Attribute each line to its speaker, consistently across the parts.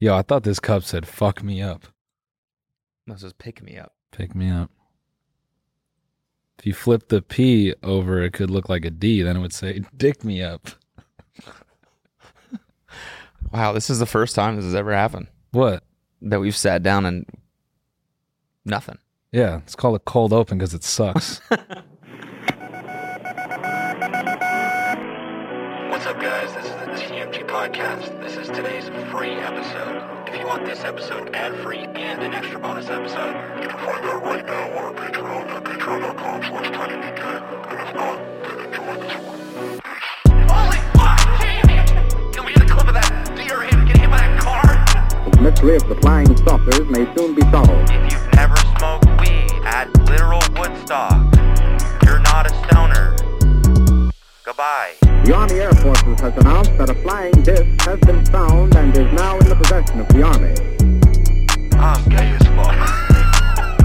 Speaker 1: Yo, I thought this cup said "fuck me up."
Speaker 2: This is pick me up.
Speaker 1: Pick me up. If you flip the P over, it could look like a D. Then it would say "dick me up."
Speaker 2: Wow, this is the first time this has ever happened
Speaker 1: What?
Speaker 2: that we've sat down and nothing.
Speaker 1: Yeah, it's called a cold open because it sucks.
Speaker 3: What's up, guys? This is the TMG Podcast. This is today's free episode. If you want this episode ad-free and an extra bonus episode, you can find that right now on our Patreon at patreon.com slash tinydk. And if not, then enjoy this one. Holy fuck! Damn it! Can we get a clip of that deer him getting hit by a car?
Speaker 4: The mystery of the flying saucers may soon be solved.
Speaker 3: If you've never smoked weed at literal Woodstock, you're not a stoner. Goodbye.
Speaker 4: The Army Air Forces has announced that a flying disc has been found and is now in the possession of the Army.
Speaker 3: I'm gay as fuck.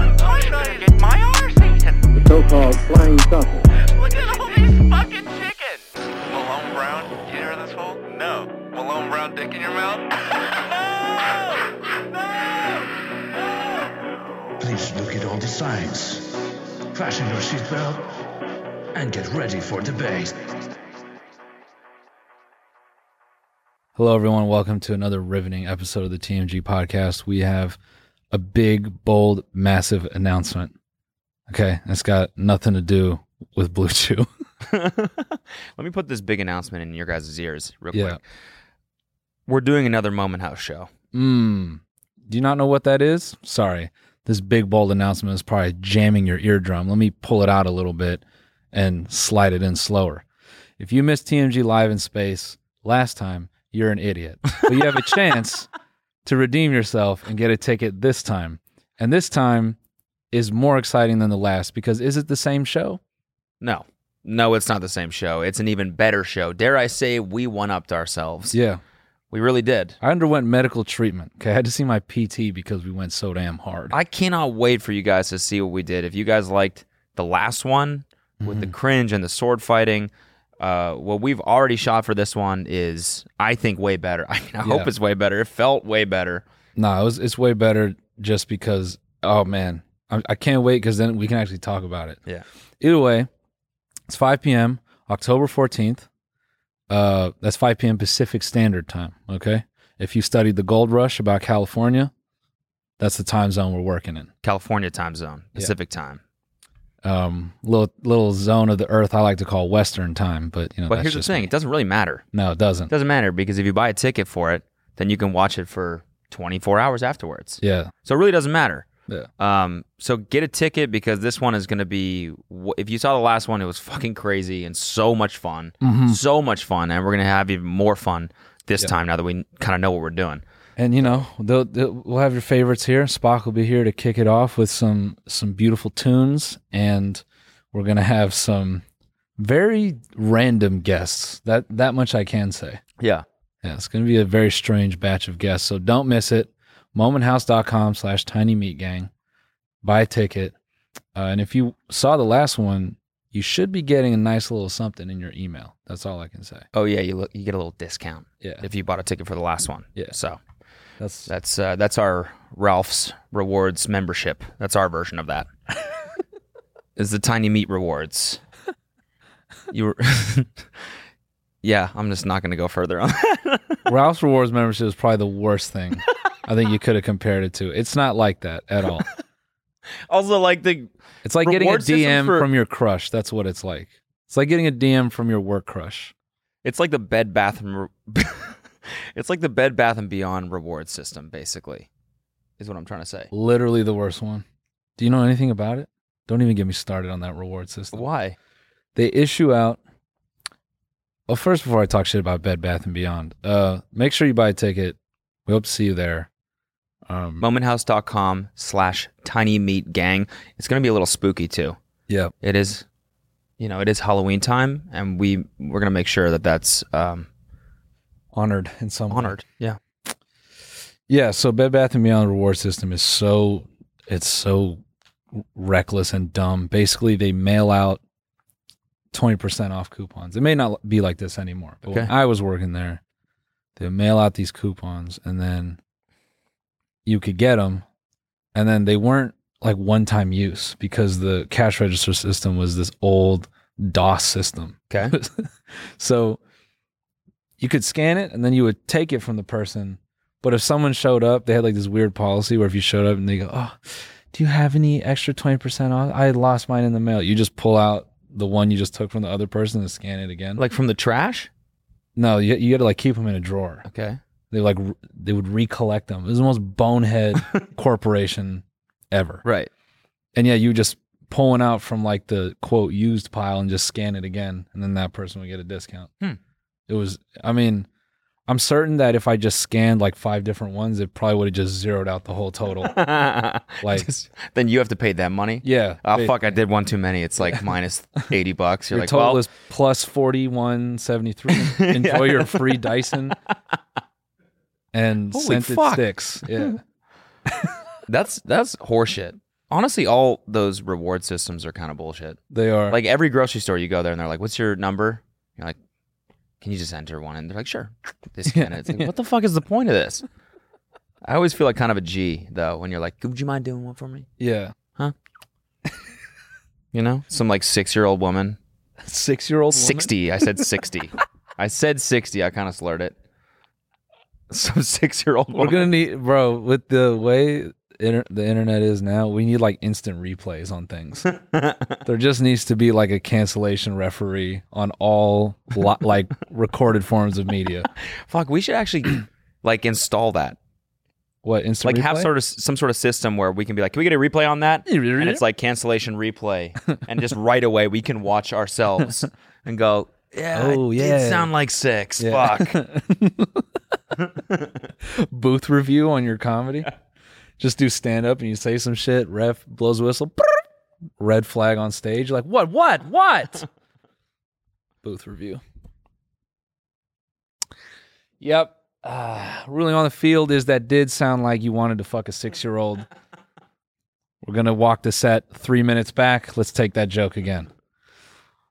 Speaker 3: I'm trying to get my arse eaten.
Speaker 4: The so-called flying saucer.
Speaker 3: Look at all these fucking chickens. Malone Brown, you hear this hole? No. Malone Brown dick in your mouth? no! No!
Speaker 5: Please look at all the signs. Fasten your seatbelt and get ready for debate.
Speaker 1: Hello, everyone. Welcome to another riveting episode of the TMG podcast. We have a big, bold, massive announcement. Okay, it's got nothing to do with Blue Chew.
Speaker 2: Let me put this big announcement in your guys' ears real
Speaker 1: Yeah.
Speaker 2: quick. We're doing another Moment House show.
Speaker 1: Mmm. Do you not know what that is? Sorry. This big, bold announcement is probably jamming your eardrum. Let me pull it out a little bit and slide it in slower. If you missed TMG Live in Space last time, you're an idiot. But you have a chance to redeem yourself and get a ticket this time. And this time is more exciting than the last because is it the same show?
Speaker 2: No. No, it's not the same show. It's an even better show. Dare I say we one upped ourselves.
Speaker 1: Yeah.
Speaker 2: We really did.
Speaker 1: I underwent medical treatment. Okay. I had to see my PT because we went so damn hard.
Speaker 2: I cannot wait for you guys to see what we did. If you guys liked the last one with
Speaker 1: Mm-hmm.
Speaker 2: the cringe and the sword fighting, uh, what we've already shot for this one is, I think, way better. I mean, I
Speaker 1: Yeah.
Speaker 2: hope it's way better. It felt way better.
Speaker 1: No, it was, it's way better just because. Oh man, I, I can't wait because then we can actually talk about it.
Speaker 2: Yeah.
Speaker 1: Either way, it's 5 p.m. October 14th. Uh, that's 5 p.m. Pacific Standard Time. Okay. If you studied the gold rush about California, that's the time zone we're working in.
Speaker 2: California time zone, Pacific time.
Speaker 1: Um, little little zone of the earth I like to call Western time, but you know.
Speaker 2: But
Speaker 1: that's
Speaker 2: here's the
Speaker 1: just
Speaker 2: thing
Speaker 1: me.
Speaker 2: it doesn't really matter.
Speaker 1: No, it doesn't.
Speaker 2: It doesn't matter because if you buy a ticket for it, then you can watch it for 24 hours afterwards.
Speaker 1: Yeah.
Speaker 2: So it really doesn't matter.
Speaker 1: Yeah.
Speaker 2: Um, so get a ticket because this one is going to be. wh- If you saw the last one, it was fucking crazy and so much fun,
Speaker 1: Mm-hmm. Hmm.
Speaker 2: so much fun, and we're gonna have even more fun this time now that we kind of know what we're doing.
Speaker 1: And you know, they'll, they'll- we'll have your favorites here. Spock will be here to kick it off with some some beautiful tunes, and we're gonna have some very random guests. That that much I can say.
Speaker 2: Yeah,
Speaker 1: Yeah, it's gonna be a very strange batch of guests, so don't miss it. Momenthouse.com slash tiny meat gang. Buy a ticket. Uh, and if you saw the last one, you should be getting a nice little something in your email. That's all I can say.
Speaker 2: Oh yeah, you look, you get a little discount
Speaker 1: Yeah.
Speaker 2: if you bought a ticket for the last one.
Speaker 1: Yeah.
Speaker 2: So
Speaker 1: That's
Speaker 2: that's uh, that's our Ralph's Rewards membership. That's our version of that. Is the Tiny Meat Rewards. You were. yeah, I'm just not gonna go further on that.
Speaker 1: Ralph's Rewards membership is probably the worst thing I think you could have compared it to. It's not like that at all.
Speaker 2: Also, like the
Speaker 1: It's like getting a
Speaker 2: Reward system
Speaker 1: DM
Speaker 2: for-
Speaker 1: from your crush. That's what it's like. It's like getting a DM from your work crush.
Speaker 2: It's like the Bed Bath and Re- It's like the Bed Bath and Beyond reward system basically. Is what I'm trying to say.
Speaker 1: Literally the worst one. Do you know anything about it? Don't even get me started on that reward system.
Speaker 2: Why?
Speaker 1: They issue out. Well, first, before I talk shit about Bed Bath and Beyond, uh, make sure you buy a ticket. We hope to see you there. Um,
Speaker 2: momenthouse.com slash tiny meat gang it's going to be a little spooky too
Speaker 1: yeah.
Speaker 2: it is you know it is halloween time and we we're going to make sure that that's um
Speaker 1: Honored in some way.
Speaker 2: honored yeah
Speaker 1: Yeah, so Bed Bath and Beyond reward system is so it's so reckless and dumb. Basically, they mail out twenty percent off coupons. It may not be like this anymore, but when
Speaker 2: Okay.
Speaker 1: I was working there, they would mail out these coupons, and then you could get them, and then they weren't like one time use because the cash register system was this old DOS system.
Speaker 2: okay
Speaker 1: So you could scan it and then you would take it from the person. But if someone showed up, they had like this weird policy where if you showed up and they go, Oh, do you have any extra 20% off? I lost mine in the mail. You just pull out the one you just took from the other person and scan it again.
Speaker 2: like from the trash
Speaker 1: no, you, you had to like keep them in a drawer.
Speaker 2: okay
Speaker 1: They like, re- they would recollect them. It was the most bonehead corporation ever.
Speaker 2: right
Speaker 1: And yeah, you just pulling out from like the quote used pile and just scan it again, and then that person would get a discount.
Speaker 2: Hmm.
Speaker 1: It was, I mean, I'm certain that if I just scanned like five different ones, it probably would have just zeroed out the whole total. Like-
Speaker 2: Just- then you have to pay them money
Speaker 1: yeah.
Speaker 2: oh
Speaker 1: they-
Speaker 2: fuck i did one too many it's like minus 80 bucks you're
Speaker 1: Your
Speaker 2: like
Speaker 1: total
Speaker 2: well
Speaker 1: is plus 4173. Enjoy your free Dyson. And
Speaker 2: Holy
Speaker 1: scented
Speaker 2: fuck.
Speaker 1: sticks. Yeah.
Speaker 2: that's that's horseshit honestly all those reward systems are kind of bullshit
Speaker 1: They are.
Speaker 2: Like every grocery store you go there and they're like, "What's your number?" You're like, "Can you just enter one?" And they're like, "Sure." They scan it. It's like, what the fuck is the point of this? I always feel like kind of a G though when you're like, "Would you mind doing one for me?"
Speaker 1: yeah.
Speaker 2: You know, some like six year old woman,
Speaker 1: Six year old.
Speaker 2: sixty. I said sixty. I said sixty. I kind of slurred it. Some six year old
Speaker 1: We're
Speaker 2: woman.
Speaker 1: gonna need, bro. With the way inter- the internet is now, we need like instant replays on things. there just needs to be like a cancellation referee on all lo- like recorded forms of media.
Speaker 2: fuck, we should actually like install that.
Speaker 1: What instant
Speaker 2: Like have
Speaker 1: replay?
Speaker 2: sort of some sort of system where we can be like, "Can we get a replay on that?" and it's like cancellation replay and just right away we can watch ourselves and go yeah
Speaker 1: Oh,
Speaker 2: oh yeah
Speaker 1: yeah.
Speaker 2: sound like six
Speaker 1: Yeah.
Speaker 2: fuck
Speaker 1: booth review on your comedy. just do stand up and you say some shit. Ref blows whistle. Red flag on stage. You're like what? What? What? booth review. Yep. Uh, ruling on the field is that did sound like you wanted to fuck a six year old. We're going to walk the set three minutes back. Let's take that joke again.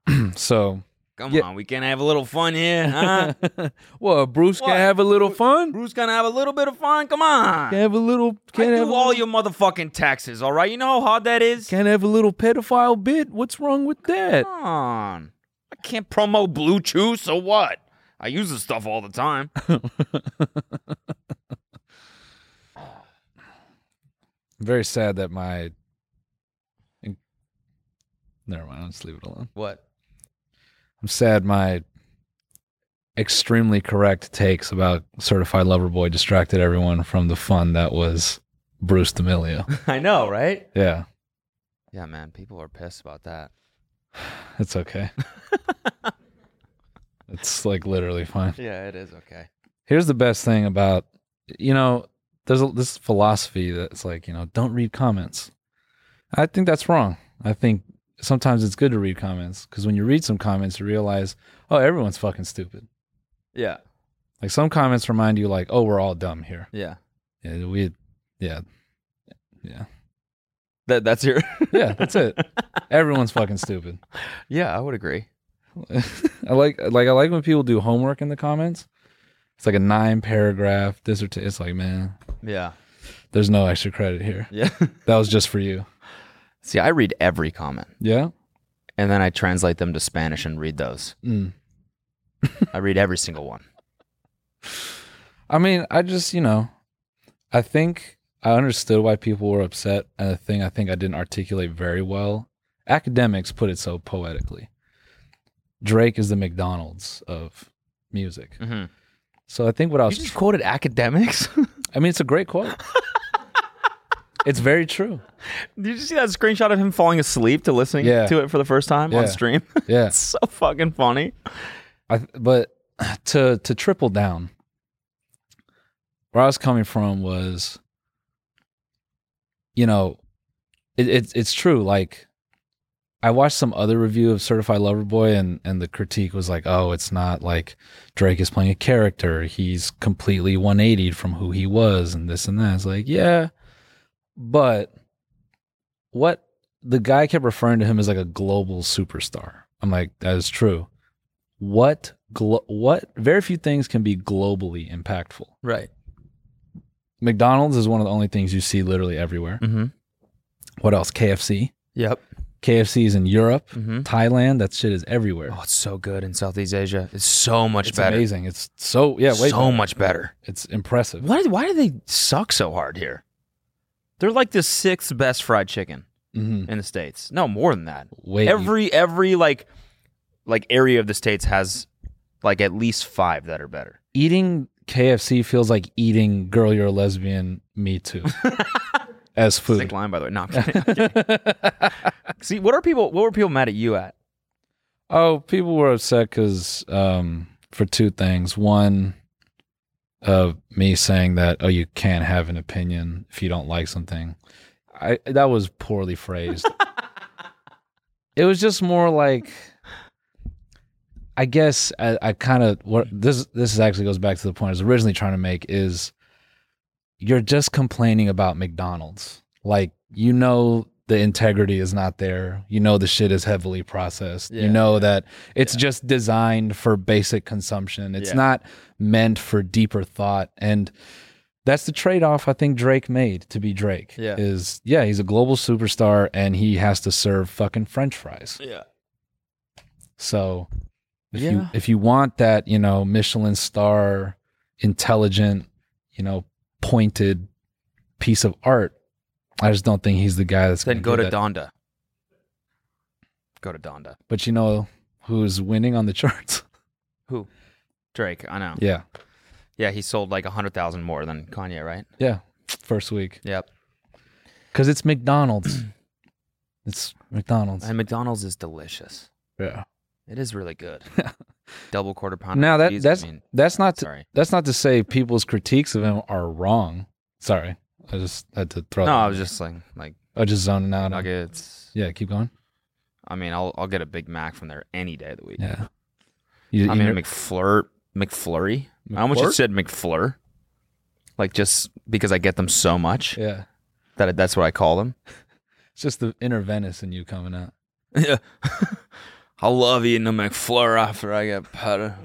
Speaker 1: so,
Speaker 2: come
Speaker 1: Yeah.
Speaker 2: on we can have a little fun here huh
Speaker 1: well, Bruce can
Speaker 2: Uh-huh. What?
Speaker 1: have a little fun.
Speaker 2: bruce gonna have a little bit of fun come on
Speaker 1: Can have a little.
Speaker 2: I
Speaker 1: Can have
Speaker 2: do
Speaker 1: a
Speaker 2: all
Speaker 1: little,
Speaker 2: your motherfucking taxes all right you know how hard that is
Speaker 1: Can have a little pedophile bit. What's wrong with that?
Speaker 2: come on i can't promo blue chew so what i use this stuff all the time
Speaker 1: I'm very sad that my. Never mind. I'll just leave it alone.
Speaker 2: what
Speaker 1: I'm sad my extremely correct takes about certified lover boy distracted everyone from the fun that was Bruce D'Amelio.
Speaker 2: i know right
Speaker 1: yeah,
Speaker 2: yeah man people are pissed about that
Speaker 1: it's okay. it's like literally fine.
Speaker 2: yeah it is okay
Speaker 1: Here's the best thing about you know there's a, this philosophy that's like you know don't read comments. I think that's wrong. I think sometimes it's good to read comments because when you read some comments, you realize oh everyone's fucking stupid.
Speaker 2: yeah
Speaker 1: Like some comments remind you like oh we're all dumb here.
Speaker 2: yeah
Speaker 1: Yeah, we, yeah, yeah,
Speaker 2: that, that's your
Speaker 1: yeah. That's it. Everyone's fucking stupid.
Speaker 2: yeah i would agree
Speaker 1: I like, like, I like when people do homework in the comments. It's like a nine paragraph dissertation. It's like, man,
Speaker 2: yeah
Speaker 1: there's no extra credit here.
Speaker 2: Yeah.
Speaker 1: That was just for you.
Speaker 2: See, I read every comment
Speaker 1: Yeah.
Speaker 2: and then I translate them to Spanish and read those.
Speaker 1: Mm.
Speaker 2: I read every single one.
Speaker 1: I mean, I just, you know, I think I understood why people were upset. And the thing I think I didn't articulate very well, academics put it so poetically. Drake is the McDonald's of music.
Speaker 2: Mm-hmm.
Speaker 1: So I think what I was
Speaker 2: You just quoted academics?
Speaker 1: I mean, it's a great quote. it's very true.
Speaker 2: Did you see that screenshot of him falling asleep to listening
Speaker 1: Yeah.
Speaker 2: to it for the first time
Speaker 1: Yeah.
Speaker 2: on stream?
Speaker 1: Yeah.
Speaker 2: it's so fucking funny.
Speaker 1: I, but to to triple down, where I was coming from was you know, it, it's it's true. Like, I watched some other review of Certified Lover Boy, and and the critique was like, oh, it's not like Drake is playing a character. He's completely 180 from who he was, and this and that. It's like, yeah, but what the guy kept referring to him as like a global superstar. I'm like, that is true. What glo- what very few things can be globally impactful.
Speaker 2: Right.
Speaker 1: McDonald's is one of the only things you see literally everywhere.
Speaker 2: Mm-hmm.
Speaker 1: What else? KFC.
Speaker 2: Yep.
Speaker 1: KFC is in Europe,
Speaker 2: Mm-hmm.
Speaker 1: Thailand. That shit is everywhere.
Speaker 2: Oh, it's so good in Southeast Asia. It's so much
Speaker 1: it's
Speaker 2: better.
Speaker 1: amazing. It's so yeah, wait.
Speaker 2: so much better.
Speaker 1: It's impressive.
Speaker 2: Why? Why do they suck so hard here? They're like the sixth best fried chicken
Speaker 1: Mhm.
Speaker 2: in the states. No, more than that.
Speaker 1: Wait,
Speaker 2: every every like like area of the states has like at least five that are better.
Speaker 1: eating KFC feels like eating girl you're a lesbian me too. as
Speaker 2: Sick
Speaker 1: food.
Speaker 2: line, by the way. No, I'm kidding. I'm kidding. See, what are people? What were people mad at you at?
Speaker 1: Oh, people were upset because um, for two things. One, of me saying that oh, you can't have an opinion if you don't like something. I that was poorly phrased. it was just more like, I guess I, I kind of what this this actually goes back to the point I was originally trying to make is you're just complaining about McDonald's. Like you know the integrity is not there. You know the shit is heavily processed.
Speaker 2: Yeah.
Speaker 1: You know that it's just designed for basic consumption. It's
Speaker 2: Yeah.
Speaker 1: not meant for deeper thought and that's the trade-off I think Drake made to be Drake.
Speaker 2: Yeah.
Speaker 1: Is yeah, he's a global superstar and he has to serve fucking french fries.
Speaker 2: Yeah.
Speaker 1: So if you
Speaker 2: Yeah.
Speaker 1: if you want that, you know, Michelin star intelligent, you know, pointed piece of art, I just don't think he's the guy that's
Speaker 2: Then
Speaker 1: going
Speaker 2: go to
Speaker 1: that.
Speaker 2: Donda. Go to Donda.
Speaker 1: But you know who's winning on the charts?
Speaker 2: Who? Drake. I know.
Speaker 1: yeah.
Speaker 2: Yeah, he sold like a hundred thousand more than Kanye, right?
Speaker 1: Yeah. First week.
Speaker 2: Yep.
Speaker 1: Cuz it's McDonald's. it's McDonald's.
Speaker 2: And McDonald's is delicious.
Speaker 1: yeah.
Speaker 2: It is really good. Double quarter pounder.
Speaker 1: Now that
Speaker 2: cheese, I
Speaker 1: that's
Speaker 2: mean,
Speaker 1: that's not to,
Speaker 2: sorry.
Speaker 1: that's not to say people's critiques of him are wrong. Sorry, I just had to throw.
Speaker 2: No,
Speaker 1: that.
Speaker 2: I was just like like
Speaker 1: I was just zoning out. on-
Speaker 2: nuggets.
Speaker 1: Yeah, keep going.
Speaker 2: I mean, I'll I'll get a Big Mac from there any day of the week.
Speaker 1: Yeah, you,
Speaker 2: I
Speaker 1: you
Speaker 2: mean,
Speaker 1: know-
Speaker 2: McFlur, McFlurry. I almost
Speaker 1: McFlur?
Speaker 2: just said McFlur, like just because I get them so much
Speaker 1: yeah,
Speaker 2: that that's what I call them.
Speaker 1: it's just the inner Venice in you coming out.
Speaker 2: Yeah, I love eating a McFlur after I get better.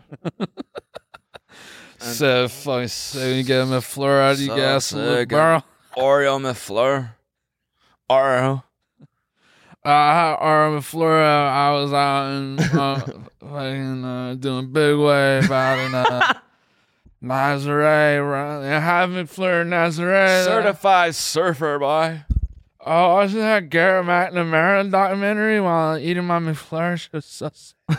Speaker 1: So fucking soon you get him a fluoride,
Speaker 2: you So gas, little sick. barrel. Oreo McFlur, Oreo.
Speaker 1: Uh, or Flora, I was out and uh, fucking uh, doing big wave out in uh, Nazare. Right? Have McFleur Nazare.
Speaker 2: Certified surfer boy.
Speaker 1: Oh, I was in that Garrett McNamara documentary while eating my McFlurry. She was so sick.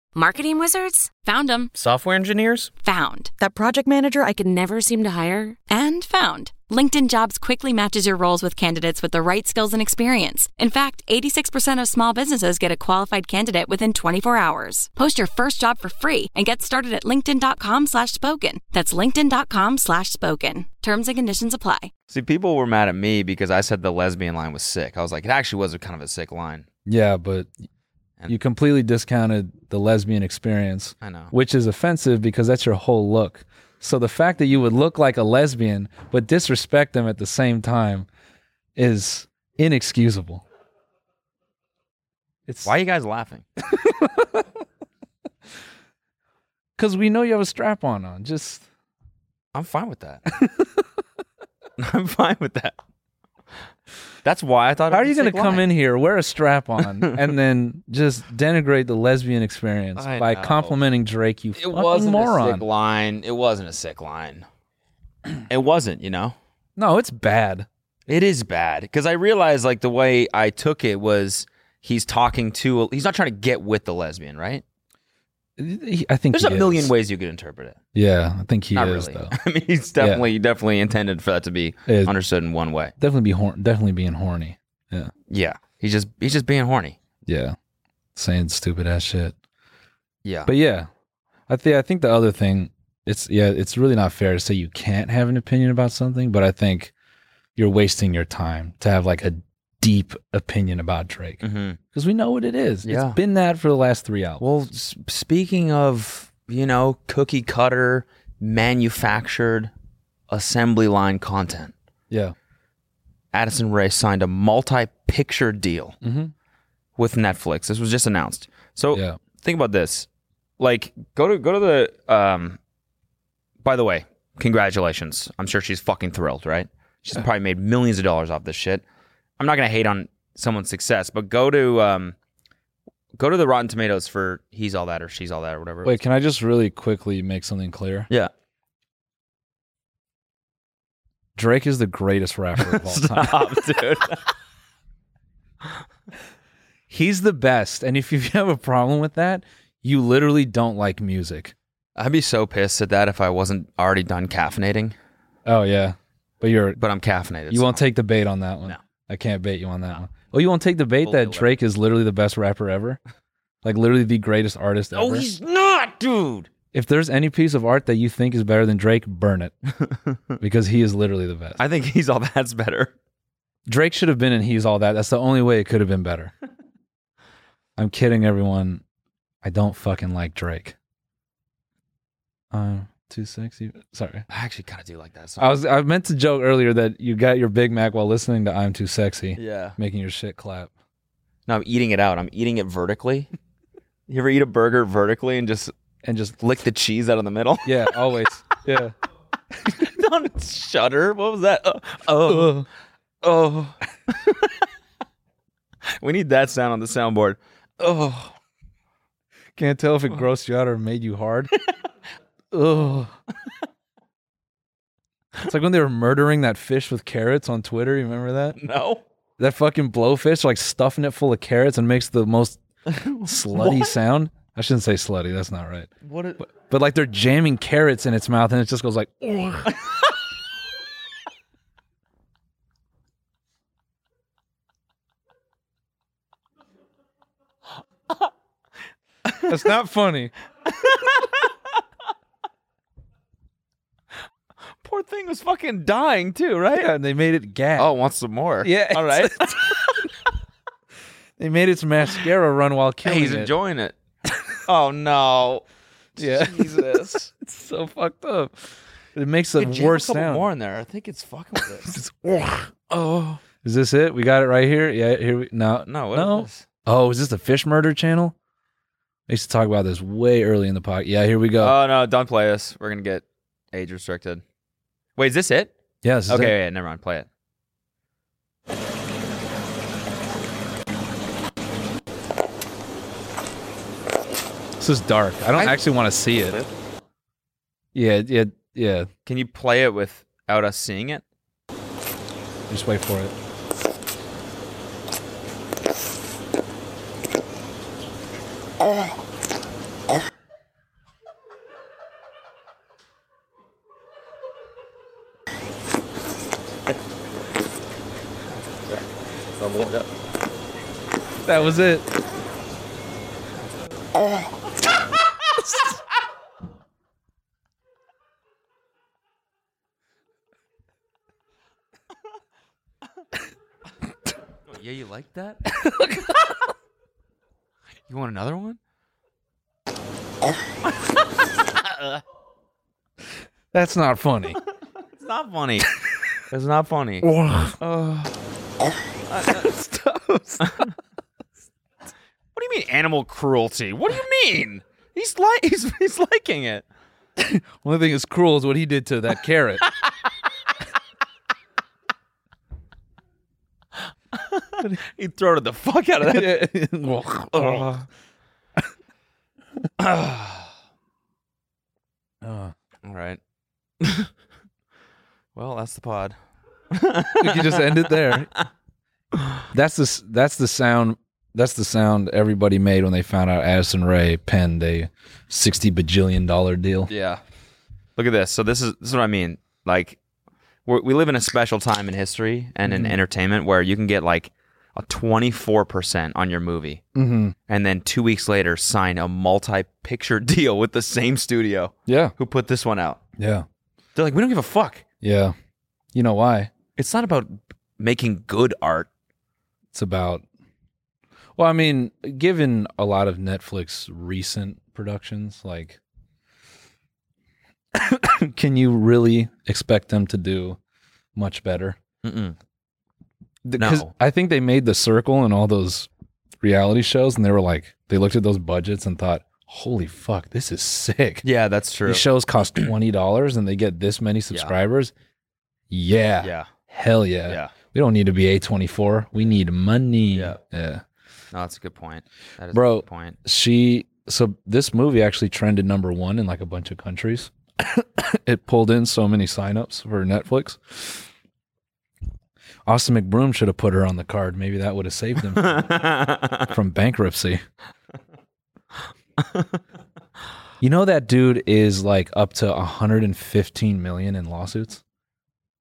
Speaker 6: Marketing wizards? Found them.
Speaker 7: Software engineers?
Speaker 6: Found.
Speaker 8: That project manager I could never seem to hire?
Speaker 6: and found. LinkedIn Jobs quickly matches your roles with candidates with the right skills and experience. In fact, 86% of small businesses get a qualified candidate within 24 hours. Post your first job for free and get started at linkedin.com slash spoken. That's linkedin.com slash spoken. Terms and conditions apply.
Speaker 2: See, people were mad at me because I said the lesbian line was sick. I was like, it actually was a kind of a sick line.
Speaker 1: Yeah, but
Speaker 2: And-
Speaker 1: you completely discounted the lesbian experience,
Speaker 2: I know.
Speaker 1: which is offensive because that's your whole look. So the fact that you would look like a lesbian but disrespect them at the same time is inexcusable. It's
Speaker 2: Why are you guys laughing?
Speaker 1: because we know you have a strap on on. Just
Speaker 2: I'm fine with that. I'm fine with that. That's why I thought.
Speaker 1: How are you going to come in here, wear a strap on, and then just denigrate the lesbian experience
Speaker 2: I
Speaker 1: by
Speaker 2: know.
Speaker 1: complimenting Drake? You
Speaker 2: It
Speaker 1: fucking
Speaker 2: wasn't a
Speaker 1: moron.
Speaker 2: sick line. It wasn't a sick line. It wasn't. You know.
Speaker 1: No, it's bad.
Speaker 2: It is bad because I realized like the way I took it was he's talking to. He's not trying to get with the lesbian, right?
Speaker 1: He- I think
Speaker 2: There's
Speaker 1: he
Speaker 2: a million
Speaker 1: is.
Speaker 2: ways you could interpret it.
Speaker 1: Yeah, I think he
Speaker 2: not
Speaker 1: is
Speaker 2: really.
Speaker 1: though.
Speaker 2: I mean, he's definitely definitely intended for that to be
Speaker 1: It-
Speaker 2: understood in one way.
Speaker 1: Definitely be horn. Definitely being horny. Yeah,
Speaker 2: Yeah, he's just he's just being horny.
Speaker 1: yeah, saying stupid ass shit.
Speaker 2: Yeah,
Speaker 1: But yeah, I think I think the other thing it's yeah it's really not fair to say you can't have an opinion about something, but I think you're wasting your time to have like a deep opinion about Drake because
Speaker 2: Mhm.
Speaker 1: we know what it is.
Speaker 2: Yeah.
Speaker 1: It's been that for the last three albums.
Speaker 2: Well, s- speaking of, you know, cookie cutter, manufactured assembly line content,
Speaker 1: yeah,
Speaker 2: Addison Ray signed a multi picture deal
Speaker 1: Mhm.
Speaker 2: with Netflix. This was just announced. So
Speaker 1: yeah,
Speaker 2: think about this. Like, go to, go to the, um, by the way, congratulations. I'm sure she's fucking thrilled, right? She's probably made millions of dollars off this shit. I'm not going to hate on someone's success, but go to, um, go to the Rotten Tomatoes for he's all that or she's all that or whatever. it
Speaker 1: Wait, can I just really quickly make something clear?
Speaker 2: Yeah.
Speaker 1: Drake is the greatest rapper of all time.
Speaker 2: Stop, dude.
Speaker 1: He's the best, and if you have a problem with that, you literally don't like music.
Speaker 2: I'd be so pissed at that if I wasn't already done caffeinating,
Speaker 1: Oh yeah, but you're
Speaker 2: but I'm caffeinated.
Speaker 1: You
Speaker 2: so-
Speaker 1: won't take the bait on that one.
Speaker 2: No.
Speaker 1: I can't bait you on that one. Oh, you won't take the bait
Speaker 2: We'll do
Speaker 1: that
Speaker 2: it.
Speaker 1: Drake is literally the best rapper ever? Like literally the greatest artist ever.
Speaker 2: No, Oh, he's not, dude.
Speaker 1: if there's any piece of art that you think is better than Drake, burn it. because he is literally the best.
Speaker 2: I think he's all that's better.
Speaker 1: Drake should have been in He's All That. That's the only way it could have been better. I'm kidding, everyone. I don't fucking like Drake. I'm too sexy. Sorry.
Speaker 2: I actually kind of do like that song.
Speaker 1: I was I meant to joke earlier that you got your Big Mac while listening to I'm Too Sexy,
Speaker 2: yeah.
Speaker 1: making your shit clap.
Speaker 2: No, I'm eating it out. I'm eating it vertically. you ever eat a burger vertically and just
Speaker 1: And just
Speaker 2: lick the cheese out of the middle?
Speaker 1: Yeah, always. Yeah.
Speaker 2: Don't shudder. What was that? Uh, oh, oh. we need that sound on the soundboard. Oh,
Speaker 1: Can't tell if it grossed you out or made you hard. Ugh. It's like when they were murdering that fish with carrots on Twitter. You remember that?
Speaker 2: no.
Speaker 1: That fucking blowfish, like stuffing it full of carrots and makes the most slutty sound. I shouldn't say slutty. That's not right.
Speaker 2: What? Is,
Speaker 1: But like they're jamming carrots in its mouth and it just goes like, "Ugh." That's not funny.
Speaker 2: poor thing was fucking dying too, right?
Speaker 1: Yeah, and they made it gag.
Speaker 2: Oh, want some more?
Speaker 1: Yeah.
Speaker 2: All right.
Speaker 1: They made its mascara run while
Speaker 2: Hey,
Speaker 1: killing
Speaker 2: he's
Speaker 1: it.
Speaker 2: enjoying it. Oh no.
Speaker 1: Yeah.
Speaker 2: Jesus.
Speaker 1: it's so fucked up. It makes the
Speaker 2: Dude, jam a
Speaker 1: worst
Speaker 2: couple
Speaker 1: sound.
Speaker 2: more in there. I think it's fucking with this.
Speaker 1: oh, is this it? We got it right here. Yeah, here we no
Speaker 2: no. What is
Speaker 1: no.
Speaker 2: this?
Speaker 1: Oh, is this the fish murder channel? I used to talk about this way early in the podcast. Yeah, here we go.
Speaker 2: Oh no! Don't play this. We're gonna get age restricted. Wait, is this it?
Speaker 1: yeah, this is
Speaker 2: okay.
Speaker 1: it.
Speaker 2: Yeah. Never mind. Play it.
Speaker 1: This is dark. I don't
Speaker 2: I-
Speaker 1: actually want to see it. Yeah, yeah, yeah.
Speaker 2: Can you play it without us seeing it?
Speaker 1: Just wait for it. That was it.
Speaker 2: Oh, Yeah, you like that? you want another one?
Speaker 1: That's not funny.
Speaker 2: It's not funny. it's not funny. What do you mean animal cruelty? What do you mean? He's like he's, he's liking it.
Speaker 1: Only thing that's cruel is what he did to that carrot.
Speaker 2: he throated the fuck out of that.
Speaker 1: Ugh. Ugh.
Speaker 2: All right. well, that's the pod.
Speaker 1: we could just end it there. That's the s- that's the sound that's the sound everybody made when they found out Addison Ray penned a sixty bajillion dollar deal.
Speaker 2: Yeah. Look at this. So this is this is what I mean. Like we're, we live in a special time in history and in entertainment where you can get like a 24% on your movie
Speaker 1: Mm-hmm.
Speaker 2: and then 2 weeks later sign a multi-picture deal with the same studio
Speaker 1: Yeah,
Speaker 2: who put this one out.
Speaker 1: yeah,
Speaker 2: They're like, "We don't give a fuck.
Speaker 1: yeah. You know why?
Speaker 2: It's not about making good art."
Speaker 1: It's about. Well, I mean, given a lot of Netflix recent productions, like, can you really expect them to do much better?
Speaker 2: Mm-mm.
Speaker 1: because
Speaker 2: No.
Speaker 1: I think they made the circle and all those reality shows, and they were like, they looked at those budgets and thought, "Holy fuck, this is sick."
Speaker 2: Yeah, that's true.
Speaker 1: These shows cost twenty dollars, and they get this many subscribers. Yeah,
Speaker 2: yeah.
Speaker 1: hell yeah.
Speaker 2: Yeah.
Speaker 1: We don't need to be a twenty four. We need money.
Speaker 2: Yeah.
Speaker 1: yeah.
Speaker 2: No, that's a good point. That is
Speaker 1: Bro.
Speaker 2: a good point.
Speaker 1: She so this movie actually trended number one in like a bunch of countries. it pulled in so many signups for Netflix. Austin McBroom should have put her on the card. Maybe that would have saved them from bankruptcy. you know that dude is like up to 115 million in lawsuits.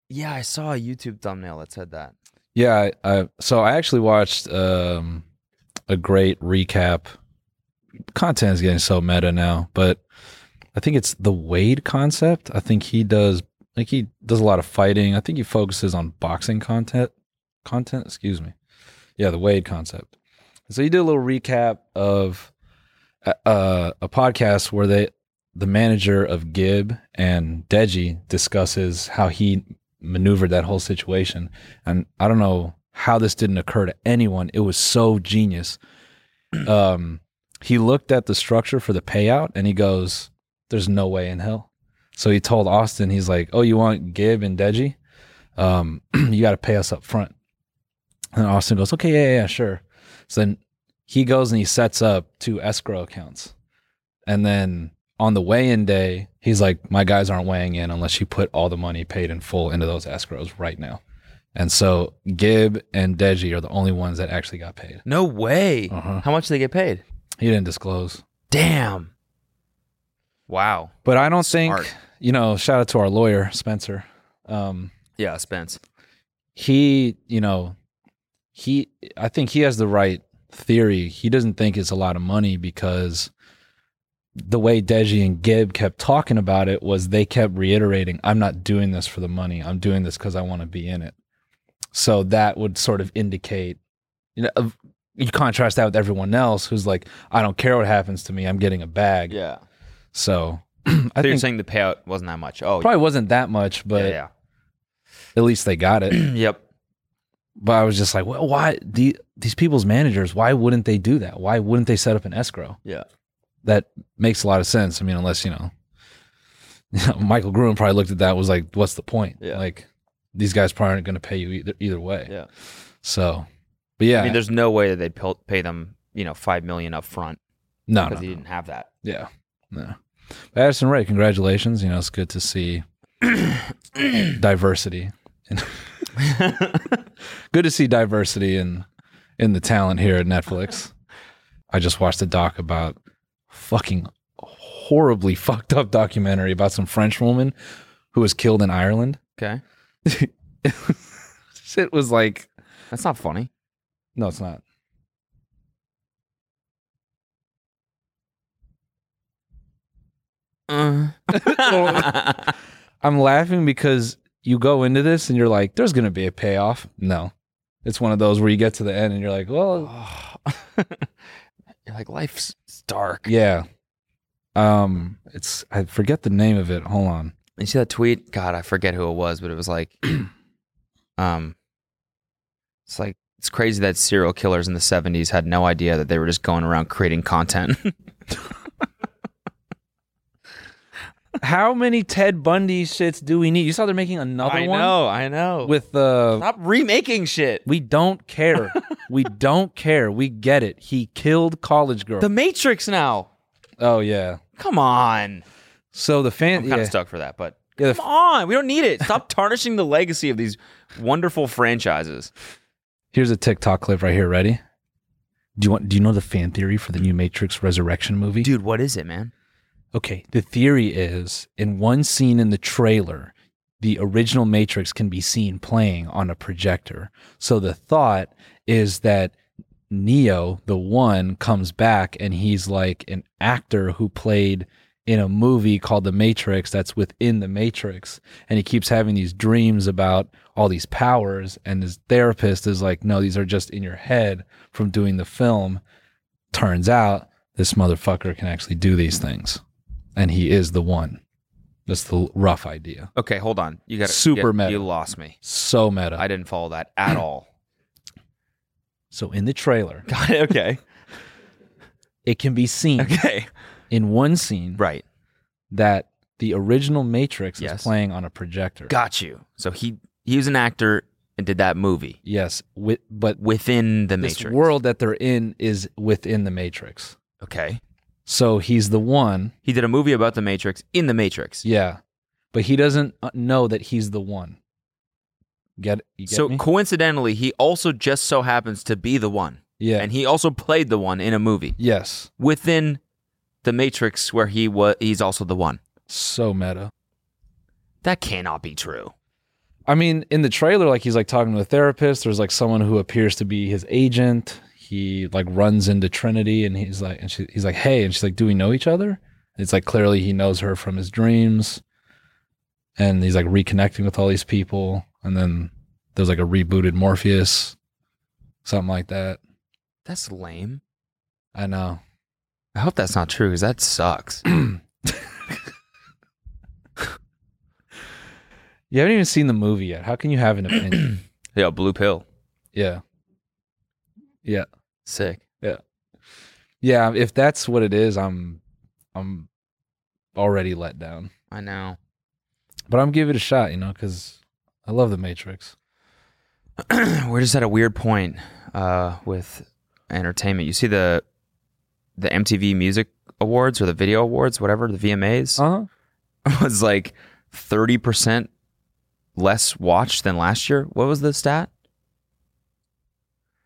Speaker 2: yeah, I saw a YouTube thumbnail that said that.
Speaker 1: Yeah, I, I, so I actually watched um, a great recap. Content is getting so meta now, but I think it's the Wade concept. I think he does. I think he does a lot of fighting. I think he focuses on boxing content. Content, excuse me. Yeah, the Wade concept. So he did a little recap of a, uh, a podcast where they, the manager of Gibb and Deji, discusses how he maneuvered that whole situation and I don't know how this didn't occur to anyone. It was so genius. Um, he looked at the structure for the payout and he goes, "There's no way in hell." So he told Austin, he's like, "Oh, you want Gib and Deji? Um, you got to pay us up front." And Austin goes, "Okay, yeah, yeah, yeah, sure." So then he goes and he sets up two escrow accounts, and then on the weigh-in day, he's like, "My guys aren't weighing in unless you put all the money paid in full into those escrows right now." And so Gib and Deji are the only ones that actually got paid.
Speaker 2: No way.
Speaker 1: Uh-huh.
Speaker 2: How much do they get paid?
Speaker 1: He didn't disclose.
Speaker 2: Damn. Wow.
Speaker 1: But I don't think,
Speaker 2: Smart.
Speaker 1: you know, shout out to our lawyer, Spencer. Um,
Speaker 2: Yeah, Spence.
Speaker 1: he, you know, he, I think he has the right theory. He doesn't think it's a lot of money because the way Deji and Gib kept talking about it was they kept reiterating, I'm not doing this for the money. I'm doing this because I want to be in it. So that would sort of indicate, you know, of- you contrast that with everyone else who's like, I don't care what happens to me. I'm getting a bag.
Speaker 2: Yeah.
Speaker 1: So I
Speaker 2: So you're
Speaker 1: think
Speaker 2: saying the payout wasn't that much. Oh,
Speaker 1: probably wasn't that much, but
Speaker 2: yeah,
Speaker 1: at least they got it.
Speaker 2: yeah. yep.
Speaker 1: but I was just like, well, why the, these people's managers? Why wouldn't they do that? Why wouldn't they set up an escrow?
Speaker 2: Yeah.
Speaker 1: That makes a lot of sense. I mean, unless you know, Michael Gruen probably looked at that and was like, what's the point?
Speaker 2: Yeah.
Speaker 1: Like these guys probably aren't going to pay you either either way.
Speaker 2: Yeah.
Speaker 1: So, but yeah,
Speaker 2: I mean, there's no way that they'd pil- pay them, you know, five million up front
Speaker 1: no,
Speaker 2: because
Speaker 1: no,
Speaker 2: he
Speaker 1: no.
Speaker 2: didn't have that.
Speaker 1: yeah, no. But Addison Ray, congratulations. You know, it's good to see diversity. and good to see diversity in in the talent here at Netflix. I just watched a doc about fucking horribly fucked up documentary about some French woman who was killed in Ireland.
Speaker 2: Okay.
Speaker 1: Shit was like,
Speaker 2: That's not funny.
Speaker 1: no, it's not.
Speaker 2: Uh.
Speaker 1: I'm laughing because you go into this and you're like, there's going to be a payoff. No. It's one of those where you get to the end and you're like, well,
Speaker 2: You're like life's it's dark.
Speaker 1: yeah. Um, it's I forget the name of it. Hold on.
Speaker 2: You see that tweet? God, I forget who it was, but it was like, um, it's like it's crazy that serial killers in the '70s had no idea that they were just going around creating content.
Speaker 1: How many Ted Bundy shits do we need? You saw they're making another
Speaker 2: I
Speaker 1: one
Speaker 2: know, I know.
Speaker 1: with uh
Speaker 2: stop remaking shit.
Speaker 1: we don't care. We don't care. We get it. He killed college girls.
Speaker 2: The Matrix now.
Speaker 1: oh yeah.
Speaker 2: Come on.
Speaker 1: So the fan.
Speaker 2: I'm kind
Speaker 1: yeah.
Speaker 2: of stuck for that, but
Speaker 1: Yeah, the
Speaker 2: come on. We don't need it. Stop tarnishing the legacy of these wonderful franchises.
Speaker 1: Here's a TikTok clip right here. Ready? Do you want? Do you know the fan theory for the new Matrix Resurrection movie?
Speaker 2: Dude, what is it, man?
Speaker 1: Okay, the theory is in one scene in the trailer, the original Matrix can be seen playing on a projector. So the thought is that Neo, the one, comes back and he's like an actor who played in a movie called The Matrix that's within The Matrix. And he keeps having these dreams about all these powers. And his therapist is like, no, these are just in your head from doing the film. Turns out this motherfucker can actually do these things and he is the one. That's the l- rough idea.
Speaker 2: Okay, hold on. You got
Speaker 1: Super
Speaker 2: you,
Speaker 1: meta.
Speaker 2: You lost me.
Speaker 1: So meta.
Speaker 2: I didn't follow that at all.
Speaker 1: so in the trailer,
Speaker 2: Got it. Okay.
Speaker 1: it can be seen
Speaker 2: Okay.
Speaker 1: in one scene
Speaker 2: Right.
Speaker 1: that the original Matrix is
Speaker 2: Yes.
Speaker 1: playing on a projector.
Speaker 2: Got you. So he he was an actor and did that movie
Speaker 1: Yes, wi- but
Speaker 2: within the
Speaker 1: this
Speaker 2: Matrix
Speaker 1: world that they're in is within the Matrix.
Speaker 2: Okay.
Speaker 1: So he's the one.
Speaker 2: He did a movie about the Matrix in the Matrix.
Speaker 1: Yeah, but he doesn't uh, know that he's the one. Get, you get
Speaker 2: so
Speaker 1: me?
Speaker 2: coincidentally, he also just so happens to be the one.
Speaker 1: Yeah.
Speaker 2: And he also played the one in a movie
Speaker 1: yes.
Speaker 2: within the Matrix where he was he's also the one.
Speaker 1: So meta.
Speaker 2: That cannot be true.
Speaker 1: I mean, in the trailer, like he's like talking to a therapist. There's like someone who appears to be his agent. He like runs into Trinity, and he's like, and she, he's like, hey, and she's like, do we know each other? And it's like clearly he knows her from his dreams, and he's like reconnecting with all these people. And then there's like a rebooted Morpheus, something like that.
Speaker 2: That's lame.
Speaker 1: I know.
Speaker 2: I hope that's not true because that sucks.
Speaker 1: You haven't even seen the movie yet. How can you have an opinion?
Speaker 2: yeah, blue pill.
Speaker 1: yeah, yeah.
Speaker 2: Sick.
Speaker 1: Yeah, if that's what it is, I'm I'm already let down.
Speaker 2: I know.
Speaker 1: But I'm give it a shot, you know, cuz I love the Matrix.
Speaker 2: We're just at a weird point uh, with entertainment. You see the the MTV Music Awards or the Video Awards, whatever the VMAs.
Speaker 1: Uh-huh.
Speaker 2: was like 30% less watched than last year. What was the stat?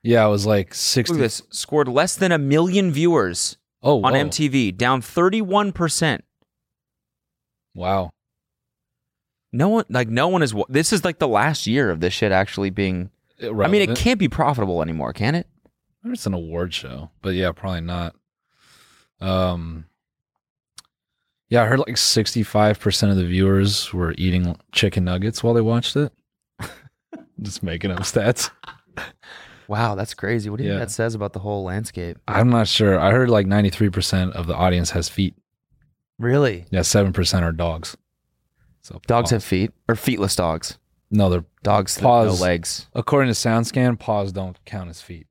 Speaker 1: Yeah, I was like
Speaker 2: Look
Speaker 1: 60
Speaker 2: at this. Scored less than a million viewers
Speaker 1: Oh,
Speaker 2: on
Speaker 1: whoa.
Speaker 2: MTV, down 31%.
Speaker 1: Wow.
Speaker 2: No one, like, no one is. wa- This is like the last year of this shit actually being. I mean, it
Speaker 1: Irrelevant.
Speaker 2: can't be profitable anymore, can it?
Speaker 1: it's an award show, but yeah, probably not. Um Yeah, I heard like 65% of the viewers were eating chicken nuggets while they watched it. Just making up stats.
Speaker 2: Wow, that's crazy. What do you
Speaker 1: Yeah.
Speaker 2: think that says about the whole landscape?
Speaker 1: I'm not sure. I heard like 93% of the audience has feet.
Speaker 2: Really?
Speaker 1: Yeah, 7% are dogs. So
Speaker 2: Dogs
Speaker 1: paw-
Speaker 2: have feet or feetless dogs.
Speaker 1: No, they're
Speaker 2: Dogs that have no
Speaker 1: Pause.
Speaker 2: legs.
Speaker 1: according to SoundScan, paws don't count as feet.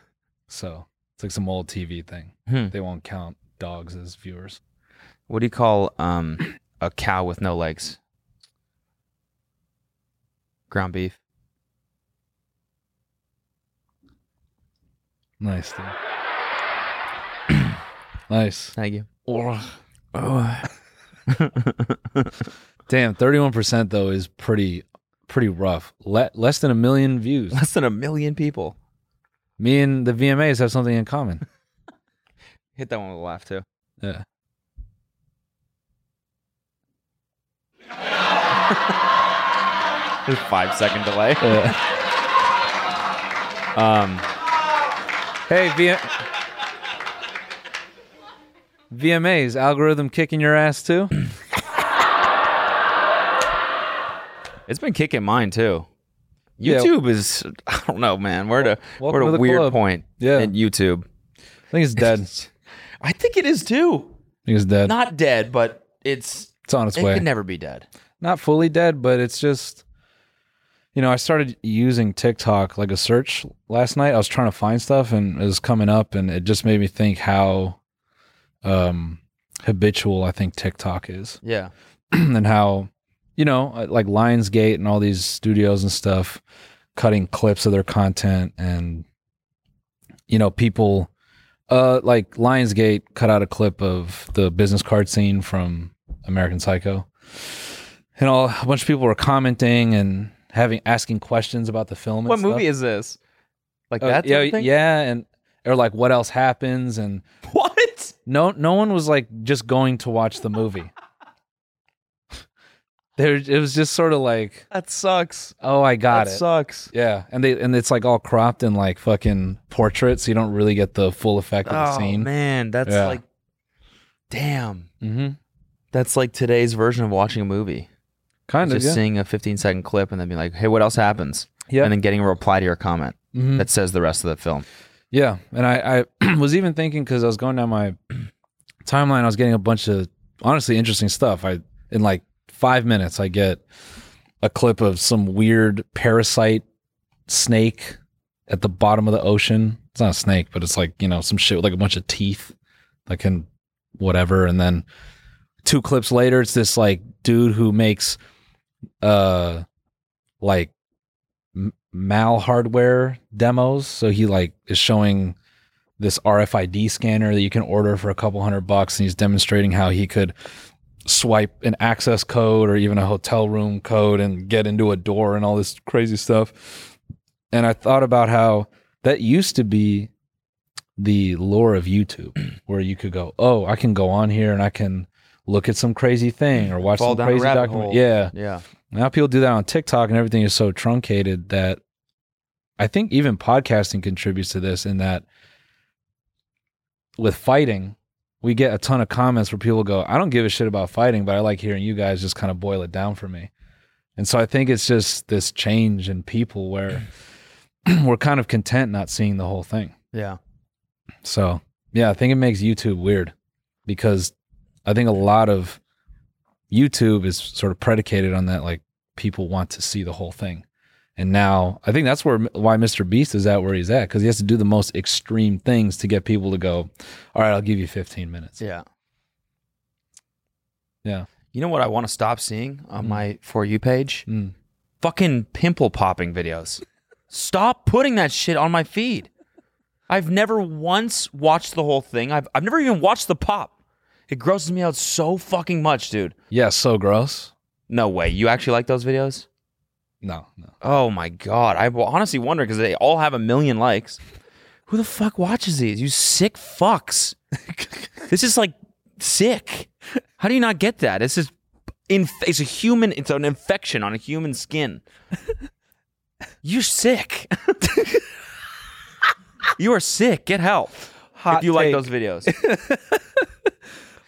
Speaker 1: so it's like some old TV thing.
Speaker 2: Hmm.
Speaker 1: They won't count dogs as viewers.
Speaker 2: What do you call um, a cow with no legs? Ground beef.
Speaker 1: Nice, dude. nice.
Speaker 2: Thank you.
Speaker 1: Damn, thirty-one percent though is pretty, pretty rough. Le- less than a million views.
Speaker 2: Less than a million people.
Speaker 1: Me and the VMAs have something in common.
Speaker 2: Hit that one with a laugh too.
Speaker 1: Yeah.
Speaker 2: There's five second delay.
Speaker 1: Yeah.
Speaker 2: Um,
Speaker 1: hey, v- VMAs algorithm kicking your ass too.
Speaker 2: it's been kicking mine too.
Speaker 1: Yeah.
Speaker 2: YouTube is I don't know, man. We're at a
Speaker 1: Welcome
Speaker 2: we're
Speaker 1: to
Speaker 2: at a
Speaker 1: the
Speaker 2: weird
Speaker 1: club.
Speaker 2: point
Speaker 1: Yeah.
Speaker 2: in YouTube.
Speaker 1: I think it's dead. I
Speaker 2: I think it is too.
Speaker 1: think it's dead.
Speaker 2: Not dead, but it's
Speaker 1: it's on its
Speaker 2: it
Speaker 1: way.
Speaker 2: could never be dead.
Speaker 1: not fully dead, but it's just, you know, I started using TikTok like a search last night. I was trying to find stuff and it was coming up, and it just made me think how um, habitual I think TikTok is
Speaker 2: Yeah.
Speaker 1: and how, you know, uh, like Lionsgate and all these studios and stuff cutting clips of their content and you know, people uh like Lionsgate cut out a clip of the business card scene from American Psycho. And all a bunch of people were commenting and having asking questions about the film. and
Speaker 2: What
Speaker 1: stuff.
Speaker 2: movie is this? Like
Speaker 1: Oh,
Speaker 2: that? type
Speaker 1: yeah,
Speaker 2: of thing?
Speaker 1: yeah, and or like what else happens and
Speaker 2: What?
Speaker 1: no no one was like just going to watch the movie. there it was just sort of like,
Speaker 2: That sucks.
Speaker 1: oh, I got
Speaker 2: that
Speaker 1: it.
Speaker 2: sucks.
Speaker 1: Yeah, and they and it's like all cropped in like fucking portraits, so you don't really get the full effect of the
Speaker 2: Oh
Speaker 1: scene.
Speaker 2: man, that's
Speaker 1: Yeah.
Speaker 2: like, damn.
Speaker 1: Mm-hmm.
Speaker 2: That's like today's version of watching a movie.
Speaker 1: Kind of.
Speaker 2: just
Speaker 1: Yeah.
Speaker 2: seeing a 15 second clip and then being like, hey, what else happens?
Speaker 1: Yeah.
Speaker 2: And then getting a reply to your comment
Speaker 1: Mhm.
Speaker 2: that says the rest of the film.
Speaker 1: Yeah, and I, I was even thinking because I was going down my timeline, I was getting a bunch of honestly interesting stuff. I in like five minutes, I get a clip of some weird parasite snake at the bottom of the ocean. It's not a snake, but it's like you know some shit with like a bunch of teeth, like in whatever. And then two clips later, it's this like dude who makes uh like m- mal hardware demos. So he like is showing this RFID scanner that you can order for a couple hundred bucks, and he's demonstrating how he could swipe an access code or even a hotel room code and get into a door and all this crazy stuff. And I thought about how that used to be the lore of YouTube, where you could go, "Oh, I can go on here and I can look at some crazy thing or watch
Speaker 2: Fall
Speaker 1: some
Speaker 2: down a
Speaker 1: crazy
Speaker 2: rabbit
Speaker 1: document."
Speaker 2: hole.
Speaker 1: Yeah,
Speaker 2: Yeah.
Speaker 1: now people do that on TikTok and everything is so truncated that I think even podcasting contributes to this in that with fighting, we get a ton of comments where people go, I don't give a shit about fighting, but I like hearing you guys just kind of boil it down for me. And so I think it's just this change in people where we're kind of content not seeing the whole thing.
Speaker 2: Yeah.
Speaker 1: So yeah, I think it makes YouTube weird because I think a lot of YouTube is sort of predicated on that, like people want to see the whole thing. And now I think that's where why Mr. Beast is at where he's at because he has to do the most extreme things to get people to go. All right, I'll give you 15 minutes.
Speaker 2: Yeah.
Speaker 1: Yeah.
Speaker 2: You know what I want to stop seeing on
Speaker 1: Mm.
Speaker 2: my For You page?
Speaker 1: Mm.
Speaker 2: Fucking pimple popping videos. Stop putting that shit on my feed. I've never once watched the whole thing. I've, I've never even watched the pop. It grosses me out so fucking much, dude.
Speaker 1: Yeah. So gross.
Speaker 2: No way. You actually like those videos?
Speaker 1: No. No.
Speaker 2: Oh my god! I wa- honestly wonder because they all have a million likes. Who the fuck watches these? You sick fucks! this is like sick. How do you not get that? This is inf- it's a human. It's an infection on a human skin. You're sick. you are sick. Get help.
Speaker 1: Hot
Speaker 2: if you like
Speaker 1: take.
Speaker 2: those videos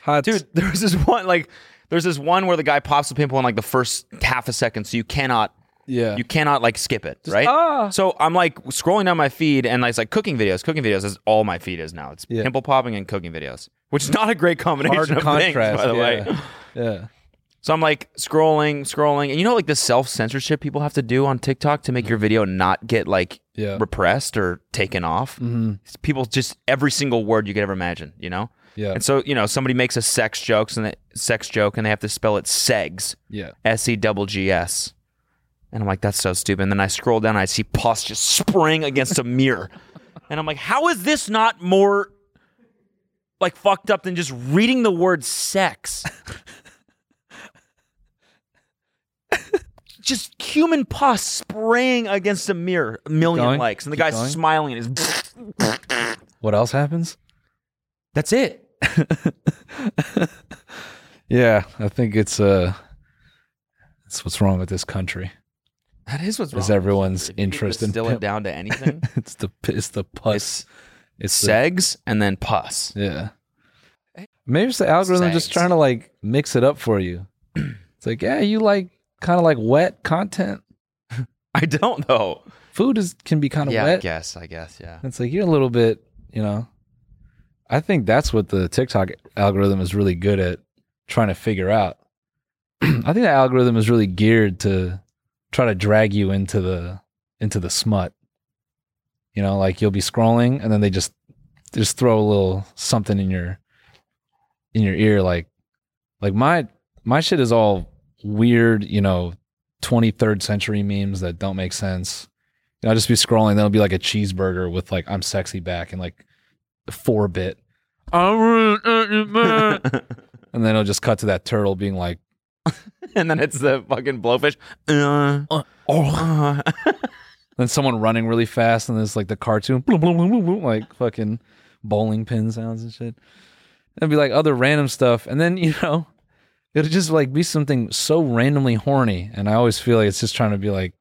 Speaker 1: Hot.
Speaker 2: dude there was this one like there's this one where the guy pops a pimple in like the first half a second so you cannot
Speaker 1: Yeah. ah.
Speaker 2: you cannot like skip it right so i'm like scrolling down my feed and it's like cooking videos cooking videos is all my feed is now it's
Speaker 1: Yeah.
Speaker 2: pimple popping and cooking videos which is not a great combination
Speaker 1: Hard
Speaker 2: of things by
Speaker 1: contrast,
Speaker 2: the way
Speaker 1: yeah. Yeah.
Speaker 2: so i'm like scrolling scrolling and you know like the self-censorship people have to do on tiktok to make your video not get like
Speaker 1: Mm-hmm. Yeah. Mm-hmm.
Speaker 2: repressed or taken off people just every single word you could ever imagine you know
Speaker 1: Yeah.
Speaker 2: and so, you know, somebody makes a sex jokes and it, sex joke and they have to spell it segs,
Speaker 1: yeah.
Speaker 2: S E double G S. And I'm like, that's so stupid. And then I scroll down and I see pus just spring against a mirror. And I'm like, how is this not more like fucked up than just reading the word sex? just human pus spraying against a mirror, a million
Speaker 1: Going.
Speaker 2: likes. And the
Speaker 1: Keep
Speaker 2: guy's
Speaker 1: going.
Speaker 2: smiling and is
Speaker 1: What else happens?
Speaker 2: that's it.
Speaker 1: Yeah. I think it's uh, it's what's wrong with this country.
Speaker 2: That is what's
Speaker 1: is
Speaker 2: wrong.
Speaker 1: everyone's
Speaker 2: If you could
Speaker 1: interest in
Speaker 2: distill
Speaker 1: pimp-
Speaker 2: it down to anything.
Speaker 1: it's the it's the pus. It's, the,
Speaker 2: segs and then pus.
Speaker 1: yeah. Maybe it's the algorithm just
Speaker 2: Segs.
Speaker 1: trying to like mix it up for you. It's like yeah, you like kind of like wet content.
Speaker 2: I don't know.
Speaker 1: Food is can be kind of
Speaker 2: yeah, I
Speaker 1: wet.
Speaker 2: guess. I guess. Yeah.
Speaker 1: It's like you're a little bit, you know. I think that's what the TikTok algorithm is really good at trying to figure out. I think that algorithm is really geared to try to drag you into the into the smut. You know, like you'll be scrolling and then they just they just throw a little something in your in your ear like like my my shit is all weird, you know, 23rd century memes that don't make sense I'll just be scrolling. That'll be like a cheeseburger with like I'm sexy back and like four bit. and then it'll just cut to that turtle being like,
Speaker 2: and then it's the fucking blowfish. Uh,
Speaker 1: oh. then someone running really fast, and there's like the cartoon, bloom, bloom, bloom, bloom, bloom, like fucking bowling pin sounds and shit. It'd be like other random stuff, and then you know, it'll just like be something so randomly horny, and I always feel like it's just trying to be like,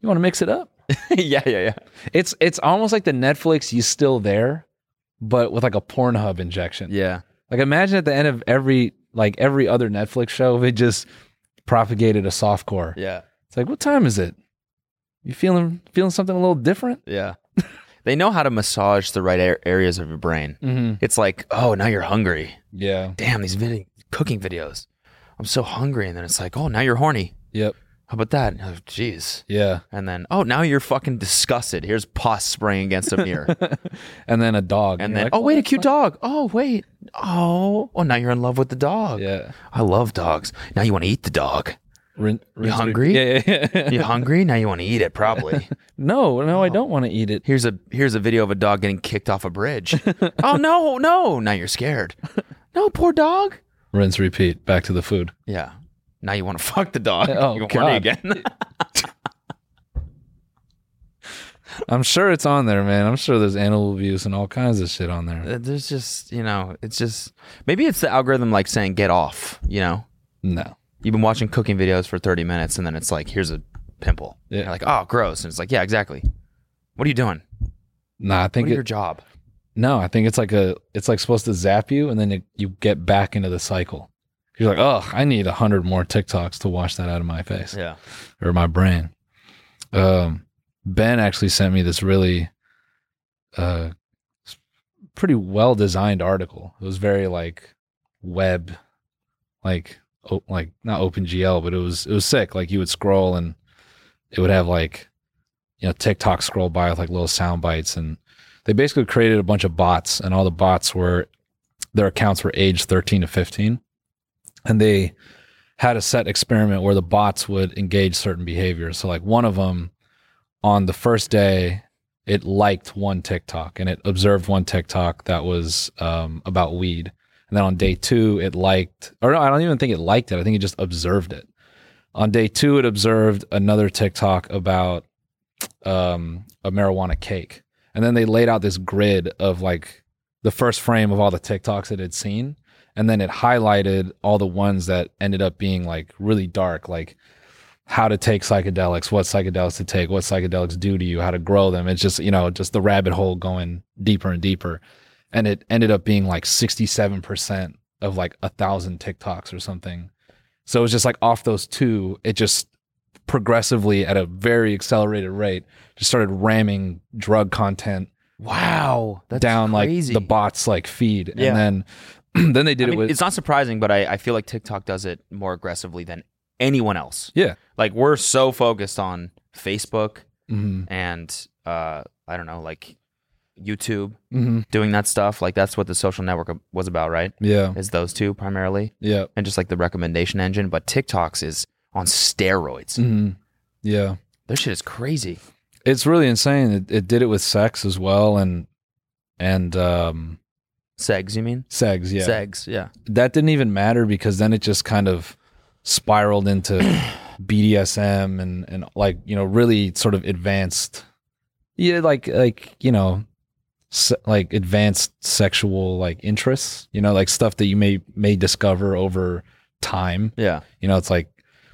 Speaker 1: you want to mix it up.
Speaker 2: yeah, yeah, yeah.
Speaker 1: It's it's almost like the Netflix you still there, but with like a Pornhub injection.
Speaker 2: Yeah.
Speaker 1: Like imagine at the end of every like every other Netflix show, if it just propagated a soft core.
Speaker 2: Yeah.
Speaker 1: It's like, what time is it? You feeling feeling something a little different?
Speaker 2: Yeah. they know how to massage the right ar- areas of your brain.
Speaker 1: Mm-hmm.
Speaker 2: It's like, oh, now you're hungry.
Speaker 1: Yeah.
Speaker 2: Damn, these vid- cooking videos. I'm so hungry. And then it's like, oh, now you're horny.
Speaker 1: Yep.
Speaker 2: How about that? Oh, jeez.
Speaker 1: Yeah.
Speaker 2: And then, oh, now you're fucking disgusted. Here's pus spraying against a mirror.
Speaker 1: And then a dog.
Speaker 2: and
Speaker 1: you're
Speaker 2: then,
Speaker 1: like,
Speaker 2: oh, wait, a cute dog. Oh, wait. Oh, oh, now you're in love with the dog.
Speaker 1: Yeah.
Speaker 2: I love dogs. Now you want to eat the dog.
Speaker 1: Rin- rinse-
Speaker 2: hungry?
Speaker 1: Yeah. yeah, yeah.
Speaker 2: You hungry? Now you want to eat it, probably.
Speaker 1: no, no, I don't want to eat it.
Speaker 2: Here's a here's a video of a dog getting kicked off a bridge. oh no, no! Now you're scared. No, poor dog.
Speaker 1: Rinse, repeat. Back to the food.
Speaker 2: Yeah. Now you want to fuck the dog.
Speaker 1: Oh,
Speaker 2: you horny
Speaker 1: God.
Speaker 2: again.
Speaker 1: I'm sure it's on there, man. I'm sure there's animal abuse and all kinds of shit on there.
Speaker 2: There's just you know, it's just maybe it's the algorithm like saying get off. You know,
Speaker 1: No.
Speaker 2: you've been watching cooking videos for 30 minutes, and then it's like here's a pimple.
Speaker 1: Yeah.
Speaker 2: You're like oh gross, and it's like yeah exactly. What are you doing?
Speaker 1: No, I
Speaker 2: What
Speaker 1: think
Speaker 2: is your
Speaker 1: it,
Speaker 2: job?
Speaker 1: no, I think it's like a it's like supposed to zap you and then it, you get back into the cycle. You're like, oh, I need a hundred more TikToks to wash that out of my face.
Speaker 2: Yeah.
Speaker 1: or my brain. Um, ben actually sent me this really uh, s- pretty well designed article. It was very like web, like o- like not OpenGL, but it was it was sick. Like you would scroll and it would have like you know TikTok scroll by with like little sound bites, and they basically created a bunch of bots, and all the bots were their accounts were aged thirteen to fifteen, and they had a set experiment where the bots would engage certain behaviors. So like one of them on the first day, it liked one TikTok and it observed one TikTok that was um, about weed. And then on day two, it liked, or no, I don't even think it liked it. I think it just observed it. On day two, it observed another TikTok about um, a marijuana cake. And then they laid out this grid of like the first frame of all the TikToks it had seen. And then it highlighted all the ones that ended up being like really dark, like how to take psychedelics, what psychedelics to take, what psychedelics do to you, how to grow them. It's just, you know, just the rabbit hole going deeper and deeper. And it ended up being like 67% of like a thousand TikToks or something. So it was just like off those two, it just progressively at a very accelerated rate just started ramming drug content
Speaker 2: Wow. That's
Speaker 1: down
Speaker 2: crazy.
Speaker 1: like the bots like feed
Speaker 2: Yeah.
Speaker 1: and then then they did
Speaker 2: I
Speaker 1: it
Speaker 2: mean,
Speaker 1: with
Speaker 2: it's not surprising, but I, I feel like TikTok does it more aggressively than anyone else.
Speaker 1: yeah
Speaker 2: Like we're so focused on Facebook
Speaker 1: hmm
Speaker 2: and uh, I don't know, like YouTube
Speaker 1: hmm
Speaker 2: doing that stuff. Like that's what the social network was about, right?
Speaker 1: yeah
Speaker 2: Is those two primarily,
Speaker 1: yeah
Speaker 2: and just like the recommendation engine. But TikToks is on steroids.
Speaker 1: hmm yeah
Speaker 2: Their shit is crazy.
Speaker 1: it's really insane it, it did it with sex as well and and um
Speaker 2: Segs, you mean?
Speaker 1: sex yeah
Speaker 2: Segs, yeah.
Speaker 1: that didn't even matter because then it just kind of spiraled into BDSM and and like you know really sort of advanced yeah like like you know se- like advanced sexual like interests you know like stuff that you may may discover over time
Speaker 2: Yeah.
Speaker 1: you know it's like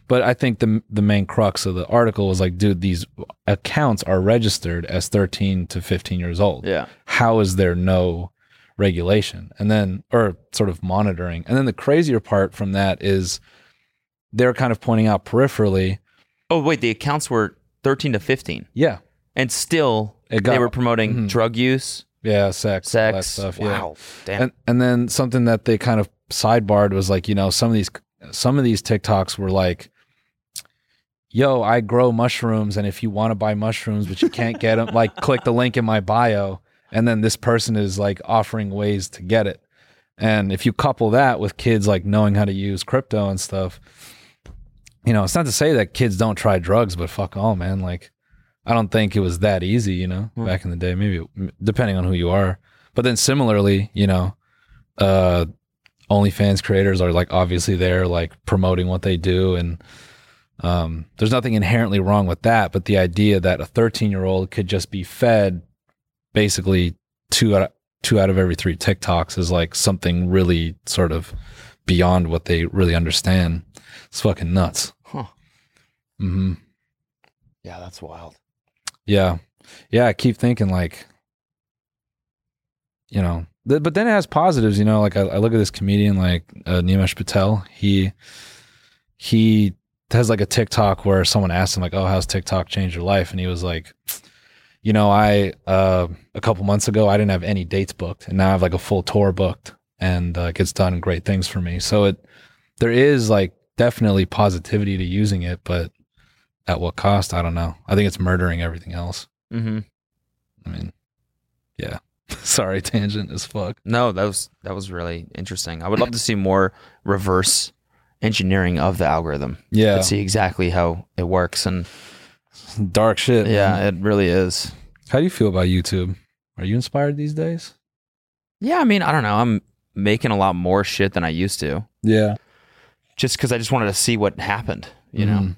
Speaker 1: but i think the the main crux of the article was like dude these accounts are registered as 13 to 15 years old
Speaker 2: Yeah.
Speaker 1: how is there no regulation and then or sort of monitoring and then the crazier part from that is they're kind of pointing out peripherally
Speaker 2: Oh, wait, the accounts were 13 to 15.
Speaker 1: yeah
Speaker 2: And still,
Speaker 1: It got-
Speaker 2: they were promoting
Speaker 1: Mhm.
Speaker 2: drug use,
Speaker 1: yeah sex all that
Speaker 2: sex.
Speaker 1: stuff yeah
Speaker 2: wow. Damn.
Speaker 1: and and then something that they kind of sidebarred was like you know some of these some of these TikToks were like, "Yo, I grow mushrooms, and if you want to buy mushrooms but you can't get them, like click the link in my bio." And then this person is like offering ways to get it, and if you couple that with kids like knowing how to use crypto and stuff, you know, it's not to say that kids don't try drugs, but fuck all, man, like. I don't think it was that easy, you know, back in the day. Maybe m- depending on who you are. But then similarly, you know, uh, OnlyFans creators are like obviously they're like promoting what they do, and um, there's nothing inherently wrong with that. But the idea that a 13 year old could just be fed basically two out two out of every three TikToks is like something really sort of beyond what they really understand. It's fucking nuts.
Speaker 2: Huh.
Speaker 1: hmm
Speaker 2: Yeah, that's wild.
Speaker 1: yeah. Yeah. I keep thinking, like, you know, th- but then it has positives, you know, like I, I look at this comedian, like uh, Nimesh Patel. He, he has like a TikTok where someone asked him, like, oh, how's TikTok changed your life? And he was like, you know, I, uh, a couple months ago, I didn't have any dates booked and now I have like a full tour booked and uh, it gets done great things for me. So it, there is like definitely positivity to using it, but at what cost? I don't know. I think it's murdering everything else.
Speaker 2: Mm-hmm.
Speaker 1: I mean, yeah. Sorry, tangent as fuck.
Speaker 2: No, that was that was really interesting. I would love to see more reverse engineering of the algorithm.
Speaker 1: Yeah.
Speaker 2: To see exactly how it works and
Speaker 1: Dark shit. man.
Speaker 2: yeah, it really is.
Speaker 1: How do you feel about YouTube? Are you inspired these days?
Speaker 2: Yeah, I mean, I don't know. I'm making a lot more shit than I used to
Speaker 1: Yeah.
Speaker 2: just cuz I just wanted to see what happened, you know.
Speaker 1: Mhm.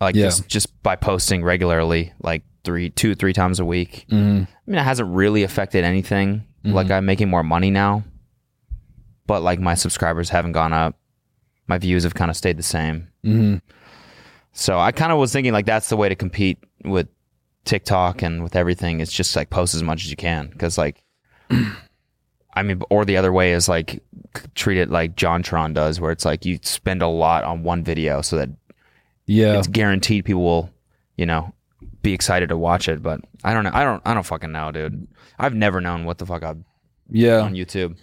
Speaker 2: Like
Speaker 1: Yeah.
Speaker 2: just just by posting regularly like 3 2 3 times a week.
Speaker 1: Mm.
Speaker 2: I mean, it hasn't really affected anything. Like I'm making more money now, but like my subscribers haven't gone up. My views have kind of stayed the same.
Speaker 1: hmm
Speaker 2: So I kind of was thinking like that's the way to compete with TikTok and with everything. It's just like post as much as you can because like, I mean, or the other way is like c- treat it like JonTron does, where it's like you spend a lot on one video so that
Speaker 1: Yeah.
Speaker 2: it's guaranteed people will, you know, be excited to watch it. But I don't know. I don't. I don't fucking know, dude. I've never known what the fuck I've
Speaker 1: Yeah.
Speaker 2: on YouTube.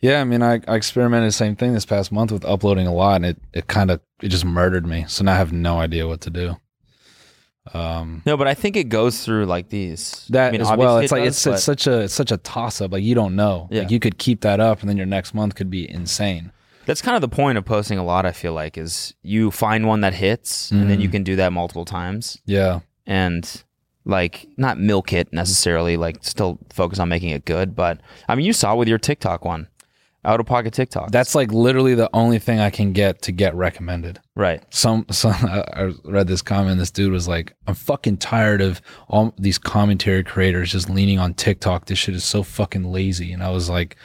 Speaker 1: Yeah. I mean, I, I experimented the same thing this past month with uploading a lot and it, it kind of, it just murdered me. So now I have no idea what to do. Um,
Speaker 2: No, but I think it goes through like these.
Speaker 1: that
Speaker 2: I mean,
Speaker 1: as well.
Speaker 2: obviously
Speaker 1: It's
Speaker 2: it
Speaker 1: like
Speaker 2: does,
Speaker 1: it's, it's
Speaker 2: but-
Speaker 1: such a it's such a toss up. Like you don't know.
Speaker 2: Yeah.
Speaker 1: Like you could keep that up, and then your next month could be insane.
Speaker 2: that's kind of the point of posting a lot. I feel like is you find one that hits, and
Speaker 1: Mm.
Speaker 2: then you can do that multiple times,
Speaker 1: Yeah,
Speaker 2: and like not milk it necessarily. Like still focus on making it good. But I mean, you saw with your TikTok one, out of pocket TikTok.
Speaker 1: that's like literally the only thing I can get to get recommended.
Speaker 2: right.
Speaker 1: some some I read this comment. This dude was like, "I'm fucking tired of all these commentary creators just leaning on TikTok. This shit is so fucking lazy." And I was like,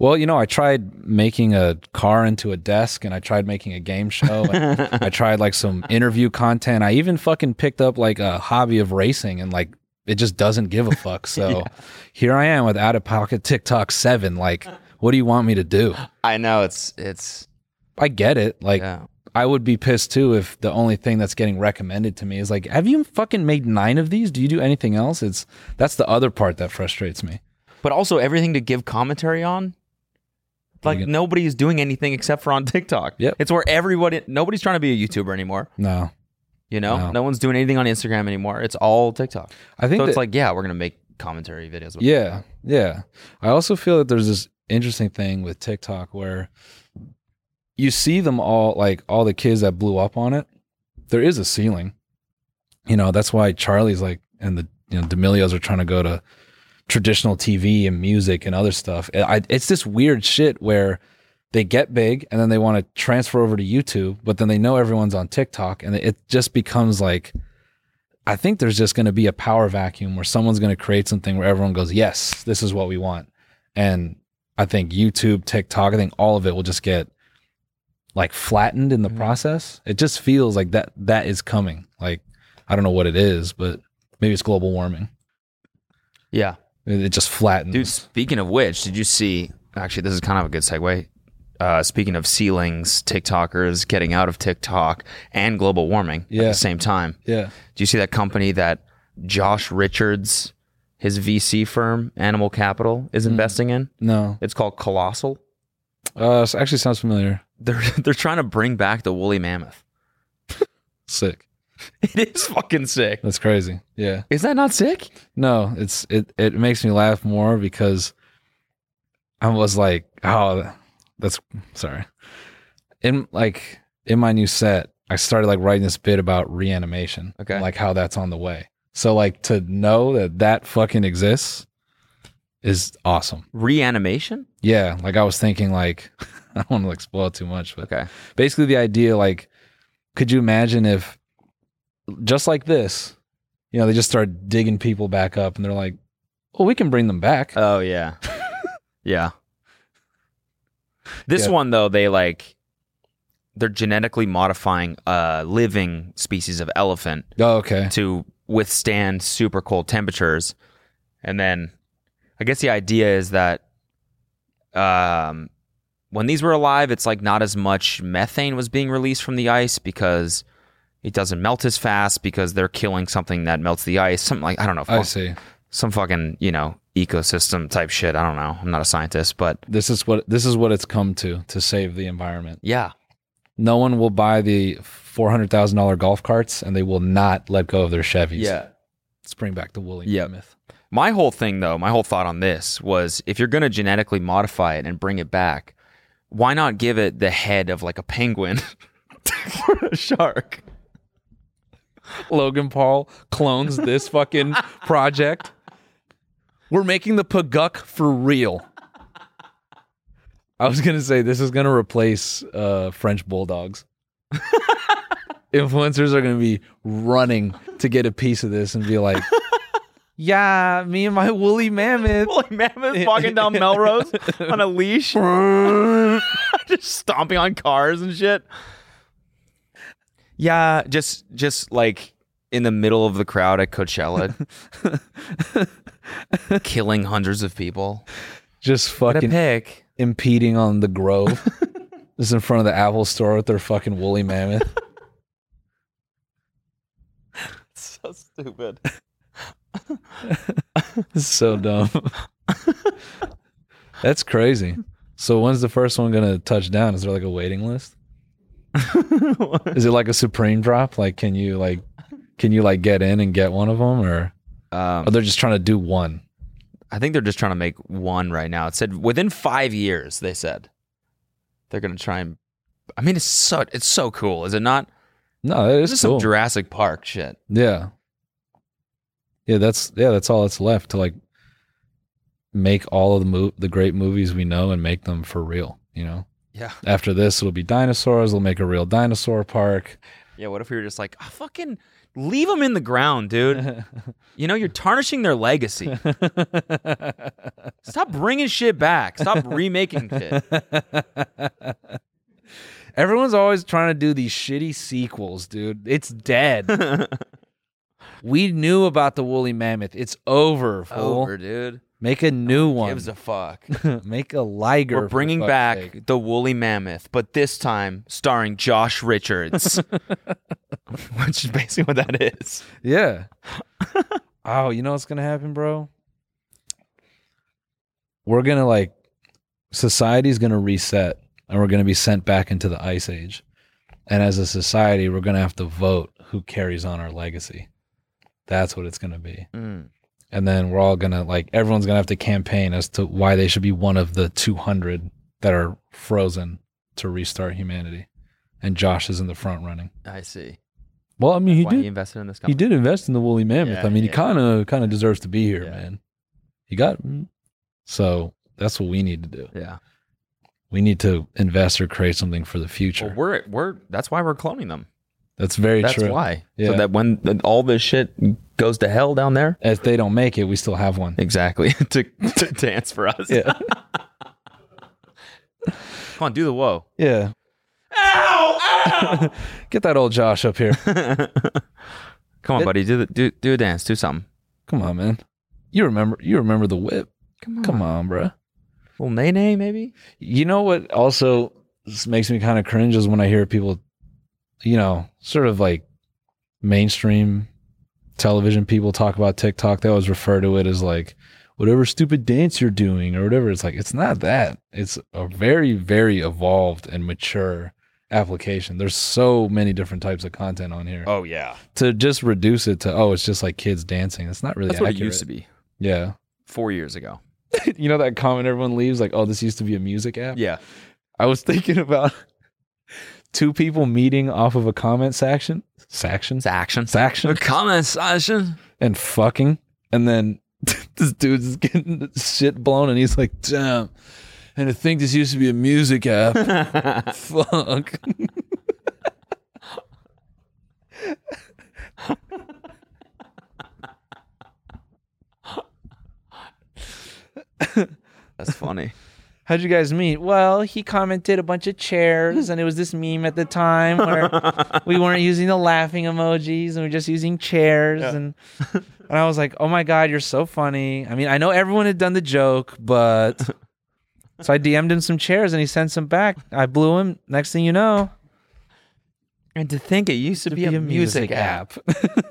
Speaker 1: "Well, you know, I tried making a car into a desk, and I tried making a game show. And I tried like some interview content. I even fucking picked up like a hobby of racing, and like it just doesn't give a fuck. So here I am with out of pocket TikTok seven. Like, what do you want me to do?
Speaker 2: I know it's it's
Speaker 1: I get it. Like."
Speaker 2: yeah.
Speaker 1: I would be pissed too if the only thing that's getting recommended to me is like, have you fucking made nine of these? Do you do anything else? It's that's the other part that frustrates me.
Speaker 2: but also everything to give commentary on. Like
Speaker 1: You get-
Speaker 2: nobody's doing anything except for on TikTok.
Speaker 1: Yep.
Speaker 2: It's where everybody nobody's trying to be a YouTuber anymore.
Speaker 1: No,
Speaker 2: You know,
Speaker 1: No.
Speaker 2: no, one's doing anything on Instagram anymore. It's all TikTok.
Speaker 1: I think
Speaker 2: so it's
Speaker 1: that-
Speaker 2: like, yeah, we're gonna make commentary videos. with-
Speaker 1: yeah, yeah. I also feel that there's this interesting thing with TikTok where you see them all, like all the kids that blew up on it. There is a ceiling, you know. That's why Charlie's like, and the you know D'Amelios are trying to go to traditional TV and music and other stuff. I, it's this weird shit where they get big and then they want to transfer over to YouTube, but then they know everyone's on TikTok and it just becomes like, I think there's just going to be a power vacuum where someone's going to create something where everyone goes, yes, this is what we want. And I think YouTube, TikTok, I think all of it will just get like flattened in the process. It just feels like that, that is coming. Like, I don't know what it is, but maybe it's global warming.
Speaker 2: yeah,
Speaker 1: It it just flattens.
Speaker 2: dude. Speaking of which, did you see? Actually, this is kind of a good segue. Uh, speaking of ceilings, TikTokers getting out of TikTok and global warming at
Speaker 1: Yeah.
Speaker 2: the same time.
Speaker 1: Yeah.
Speaker 2: Do you see that company that Josh Richards, his VC firm, Animal Capital, is investing in?
Speaker 1: No.
Speaker 2: It's called Colossal.
Speaker 1: Uh, so actually sounds familiar.
Speaker 2: They're they're trying to bring back the woolly mammoth.
Speaker 1: Sick.
Speaker 2: It is fucking sick.
Speaker 1: That's crazy. Yeah.
Speaker 2: Is that not sick?
Speaker 1: No, it's it it makes me laugh more because I was like, oh, that's sorry. In like in my new set, I started like writing this bit about reanimation.
Speaker 2: Okay.
Speaker 1: Like how that's on the way. So like to know that that fucking exists is awesome.
Speaker 2: Reanimation?
Speaker 1: Yeah, like I was thinking like I don't want to explode too much, but
Speaker 2: Okay.
Speaker 1: basically the idea like could you imagine if just like this, you know, they just start digging people back up and they're like, "Well, we can bring them back."
Speaker 2: Oh yeah. yeah. This
Speaker 1: Yeah.
Speaker 2: one though, they like they're genetically modifying a living species of elephant
Speaker 1: oh, okay.
Speaker 2: to withstand super cold temperatures. And then I guess the idea is that um, when these were alive, it's like not as much methane was being released from the ice because it doesn't melt as fast because they're killing something that melts the ice. Something like, I don't know,
Speaker 1: I
Speaker 2: fuck-
Speaker 1: see.
Speaker 2: some fucking, you know, ecosystem type shit. I don't know. I'm not a scientist, but
Speaker 1: This is what this is what it's come to to save the environment.
Speaker 2: yeah.
Speaker 1: No one will buy the $400,000 golf carts and they will not let go of their Chevys. Let's bring back the woolly
Speaker 2: Yeah.
Speaker 1: myth.
Speaker 2: My whole thing, though, my whole thought on this was if you're going to genetically modify it and bring it back, why not give it the head of like a penguin or a shark?
Speaker 1: Logan Paul clones this fucking project. We're making the Paguck for real. I was gonna say this is gonna replace uh, French bulldogs. Influencers are gonna be running to get a piece of this and be like, "Yeah, me and my woolly mammoth."
Speaker 2: Like mammoth walking down Melrose on a leash, just stomping on cars and shit. Yeah, just just like in the middle of the crowd at Coachella, killing hundreds of people.
Speaker 1: Just
Speaker 2: What a
Speaker 1: fucking
Speaker 2: pick.
Speaker 1: impeding on the Grove. Just in front of the Apple store with their fucking woolly mammoth.
Speaker 2: So stupid.
Speaker 1: It's so dumb. That's crazy. So when's the first one gonna touch down? Is there like a waiting list? Is it like a supreme drop? Like, can you like, can you like get in and get one of them, or
Speaker 2: Um,
Speaker 1: are they just trying to do one?
Speaker 2: I think they're just trying to make one right now. It said within five years. They said they're gonna try and. I mean, it's so it's so cool, is it not?
Speaker 1: No, it
Speaker 2: This
Speaker 1: is
Speaker 2: is
Speaker 1: cool.
Speaker 2: some Jurassic Park shit.
Speaker 1: yeah, yeah. That's yeah. That's all that's left to like make all of the mo- the great movies we know and make them for real. You know,
Speaker 2: Yeah,
Speaker 1: after this it'll be dinosaurs. We'll make a real dinosaur park.
Speaker 2: yeah. What if we were just like, "Ah, fucking leave them in the ground, dude? you know, you're tarnishing their legacy. Stop bringing shit back. Stop remaking shit.
Speaker 1: Everyone's always trying to do these shitty sequels, dude. It's dead. we knew about the woolly mammoth. It's over, fool.
Speaker 2: Over, dude.
Speaker 1: Make a new one.
Speaker 2: Gives a fuck.
Speaker 1: Make a liger.
Speaker 2: We're
Speaker 1: for
Speaker 2: bringing
Speaker 1: fuck's
Speaker 2: back
Speaker 1: sake.
Speaker 2: the woolly mammoth, but this time starring Josh Richards, which is basically what that is.
Speaker 1: Yeah. oh, you know what's gonna happen, bro? We're gonna like society's gonna reset and we're gonna be sent back into the ice age. And as a society, we're gonna have to vote who carries on our legacy. That's what it's gonna be.
Speaker 2: Hmm,
Speaker 1: And then we're all gonna like everyone's gonna have to campaign as to why they should be one of the two hundred that are frozen to restart humanity. And Josh is in the front running.
Speaker 2: I see.
Speaker 1: Well, I mean, he
Speaker 2: Why
Speaker 1: did
Speaker 2: he invested in this
Speaker 1: he
Speaker 2: company?
Speaker 1: did invest in the woolly mammoth.
Speaker 2: Yeah,
Speaker 1: I mean, he
Speaker 2: yeah.
Speaker 1: kind of kind of deserves to be here,
Speaker 2: Yeah.
Speaker 1: man. He got mm. so that's what we need to do.
Speaker 2: Yeah.
Speaker 1: We need to invest or create something for the future.
Speaker 2: Well, we're we're that's why we're cloning them.
Speaker 1: that's very
Speaker 2: that's
Speaker 1: true.
Speaker 2: why.
Speaker 1: Yeah.
Speaker 2: So that when th- all this shit goes to hell down there.
Speaker 1: If they don't make it, we still have one.
Speaker 2: Exactly. to to dance for us.
Speaker 1: Yeah,
Speaker 2: Come on, do the whoa.
Speaker 1: yeah. Get that old Josh up here.
Speaker 2: Come on, buddy. Do the do do a dance. Do something.
Speaker 1: Come on, man. You remember? You remember the whip?
Speaker 2: Come on.
Speaker 1: Come on, bruh.
Speaker 2: Little nay nay, maybe?
Speaker 1: You know what also s- makes me kind of cringe is when I hear people, you know, sort of like mainstream television people talk about TikTok. They always refer to it as like whatever stupid dance you're doing or whatever. It's like, it's not that. It's a very, very evolved and mature application. There's so many different types of content on here.
Speaker 2: Oh yeah.
Speaker 1: To just reduce it to, oh, it's just like kids dancing, it's not really
Speaker 2: That's what it used to
Speaker 1: accurate.
Speaker 2: be.
Speaker 1: Yeah.
Speaker 2: Four years ago.
Speaker 1: you know that comment everyone leaves like, oh, this used to be a music app?
Speaker 2: Yeah.
Speaker 1: I was thinking about two people meeting off of a comment section, section,
Speaker 2: Action.
Speaker 1: section,
Speaker 2: Comment section.
Speaker 1: and fucking, and then this dude's just getting the shit blown, and he's like, "Damn!" And I think this used to be a music app. Fuck.
Speaker 2: That's funny.
Speaker 1: How'd you guys meet? Well, he commented a bunch of chairs, and it was this meme at the time where we weren't using the laughing emojis and we were just using chairs. And, and I was like, oh my God, you're so funny. I mean, I know everyone had done the joke, but. So I DM'd him some chairs and he sent some back. I blew him. Next thing you know,
Speaker 2: And to think it used to, be, a music, app.